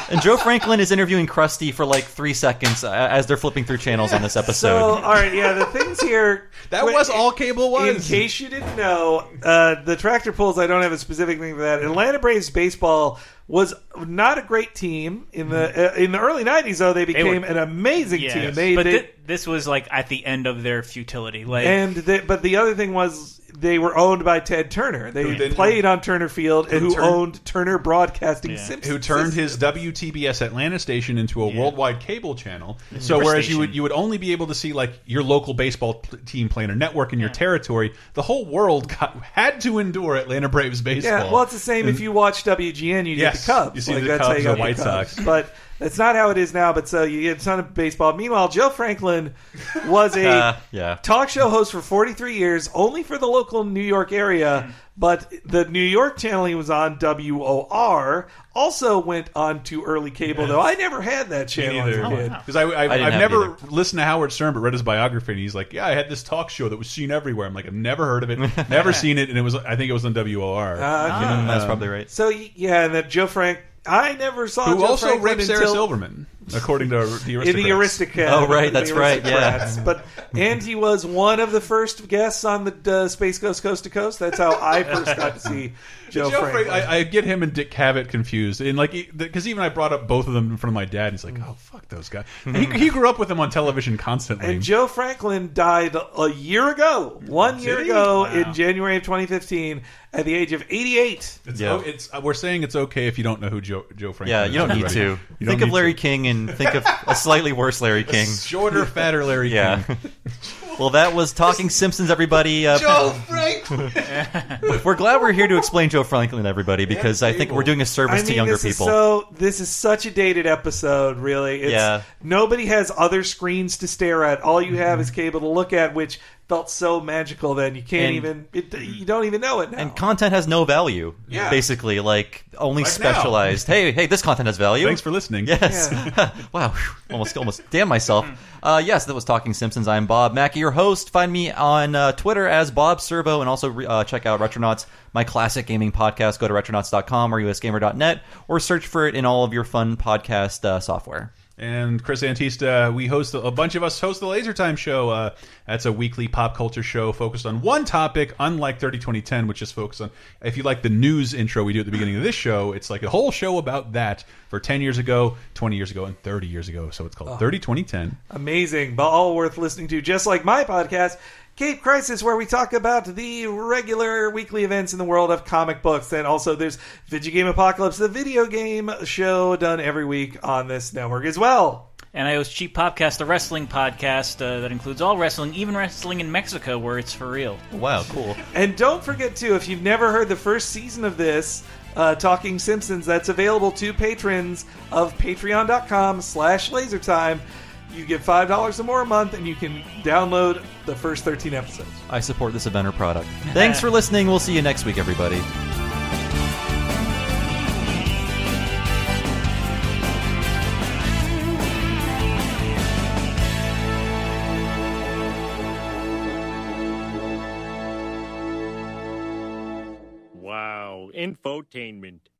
Speaker 3: and Joe Franklin is interviewing Krusty for like three seconds uh, as they're flipping through channels on this episode.
Speaker 2: So, all right, yeah, the things here.
Speaker 4: *laughs* that was all cable was.
Speaker 2: In case you didn't know, uh, the tractor pulls, I don't have a specific thing for that. Atlanta Braves baseball was not a great team in the uh, in the early 90s, though. They became
Speaker 5: were-
Speaker 2: an amazing
Speaker 5: Yeah.
Speaker 2: team. They,
Speaker 5: but
Speaker 2: they-
Speaker 5: thi- this was like at the end of their futility. Like,
Speaker 2: and they, But the other thing was they were owned by Ted Turner. They
Speaker 4: Who then-
Speaker 2: played on Turner Field, and who
Speaker 4: turned-
Speaker 2: owned Turner Broadcasting Simpson.
Speaker 4: who turned his WTBS Atlanta station into a worldwide cable channel. So
Speaker 2: Super
Speaker 4: whereas
Speaker 2: station.
Speaker 4: you would you would only be able to see like your local baseball pl- team playing or network in your territory, the whole world got, had to endure Atlanta Braves baseball. Mm.
Speaker 2: Yeah, well, it's the same if you watch WGN, you
Speaker 4: Yes,
Speaker 2: get the Cubs.
Speaker 4: you see
Speaker 2: like,
Speaker 4: the
Speaker 2: that's how
Speaker 4: Cubs
Speaker 2: you got
Speaker 4: and White
Speaker 2: the Cubs.
Speaker 4: Sox.
Speaker 2: But that's not how it is now. But so you get a ton of baseball. Meanwhile, Joe Franklin was a
Speaker 4: *laughs*
Speaker 3: Uh, yeah.
Speaker 2: talk show host for 43 years, only for the local New York
Speaker 4: Hmm.
Speaker 2: area. But the New York channel he was on, WOR, also went on to early cable. Though I never had that channel as a kid.
Speaker 4: Because I, I, have never listened to Howard Stern, but read his biography, and he's like, "Yeah, I had this talk show that was seen everywhere." I'm like, "I've never heard of it, never seen it," and it was, I think it was on WOR.
Speaker 2: Ah, okay.
Speaker 4: Um,
Speaker 3: That's probably right.
Speaker 2: So y- yeah, and that Joe Frank. I never saw
Speaker 4: Who
Speaker 2: Joe
Speaker 4: also
Speaker 2: Franklin
Speaker 4: raped Sarah
Speaker 2: until-
Speaker 4: Silverman, according to the
Speaker 2: in the
Speaker 4: Aristocrats.
Speaker 2: Aristocats. The Aristocrats. But and he was one of the first guests on the uh, Space Coast Coast to Coast. That's how I first got
Speaker 4: *laughs*
Speaker 2: to see Joe,
Speaker 4: Joe
Speaker 2: Franklin.
Speaker 4: Frank, I, I get him and Dick Cavett confused, and like because even I brought up both of them in front of my dad. And he's like, "Oh fuck those guys." He, he grew up with them on television constantly.
Speaker 2: and Joe Franklin died a year ago, one year
Speaker 4: Did he?
Speaker 2: ago
Speaker 4: Wow.
Speaker 2: in January of 2015, at the age of 88.
Speaker 4: It's, oh, it's uh, we're saying it's okay if you don't know who Joe Joe Frank.
Speaker 3: yeah,
Speaker 4: is
Speaker 3: you don't need
Speaker 4: already.
Speaker 3: to. think
Speaker 4: You don't
Speaker 3: of
Speaker 4: need
Speaker 3: Larry
Speaker 4: to.
Speaker 3: King and think of a slightly worse Larry King.
Speaker 4: Shorter, fatter Larry
Speaker 3: *laughs* yeah. Well, that was Talking Simpsons, everybody. Uh,
Speaker 4: Franklin.
Speaker 3: We're glad we're here to explain Joe Franklin, everybody, because I think we're doing a service
Speaker 2: I mean,
Speaker 3: to younger
Speaker 2: this is
Speaker 3: people.
Speaker 2: so this is such a dated episode, really. It's,
Speaker 3: Yeah. Mm-hmm.
Speaker 2: Nobody has other screens to stare at. All you have is cable to look at, which felt so magical then. You can't
Speaker 3: And-
Speaker 2: even. It, you don't even know it now.
Speaker 3: And content has no value.
Speaker 2: Yeah.
Speaker 3: Basically, like only
Speaker 2: Right now.
Speaker 3: specialized. Hey, hey, this content has value.
Speaker 4: Thanks for listening.
Speaker 3: Yes. *laughs* wow. whew, Almost, almost. Damn myself. Uh, yes, that was Talking Simpsons. I'm Bob Mackey, your host. Find me on uh, Twitter as Bob Servo, and also re- uh, check out Retronauts, my classic gaming podcast. Go to retronauts.com or usgamer.net, or search for it in all of your fun podcast uh, software.
Speaker 4: and Chris Antista. We host a bunch of us host the Laser Time Show. Uh, that's a weekly pop culture show focused on one topic, unlike 30 2010, which is focused on. If you like the news intro we do at the beginning of this show, it's like a whole show about that for 10 years ago, 20 years ago, and 30 years ago. So it's called
Speaker 2: Oh.
Speaker 4: 30 2010.
Speaker 2: Amazing, but all worth listening to, just like my podcast, Cape Crisis, where we talk about the regular weekly events in the world of comic books. And also, there's Video Game Apocalypse, the video game show done every week on this network as well.
Speaker 5: And I host Cheap Podcast, the wrestling podcast uh, that includes all wrestling, even wrestling in Mexico where it's for real.
Speaker 3: Wow, cool.
Speaker 2: And don't forget, too, if you've never heard the first season of this, uh, Talking Simpsons, that's available to patrons of patreon.com slash lasertime. You get $5 or more a month, and you can download the first 13 episodes.
Speaker 3: I support this event or product. Thanks for listening. We'll see you next week, everybody.
Speaker 10: Wow, infotainment.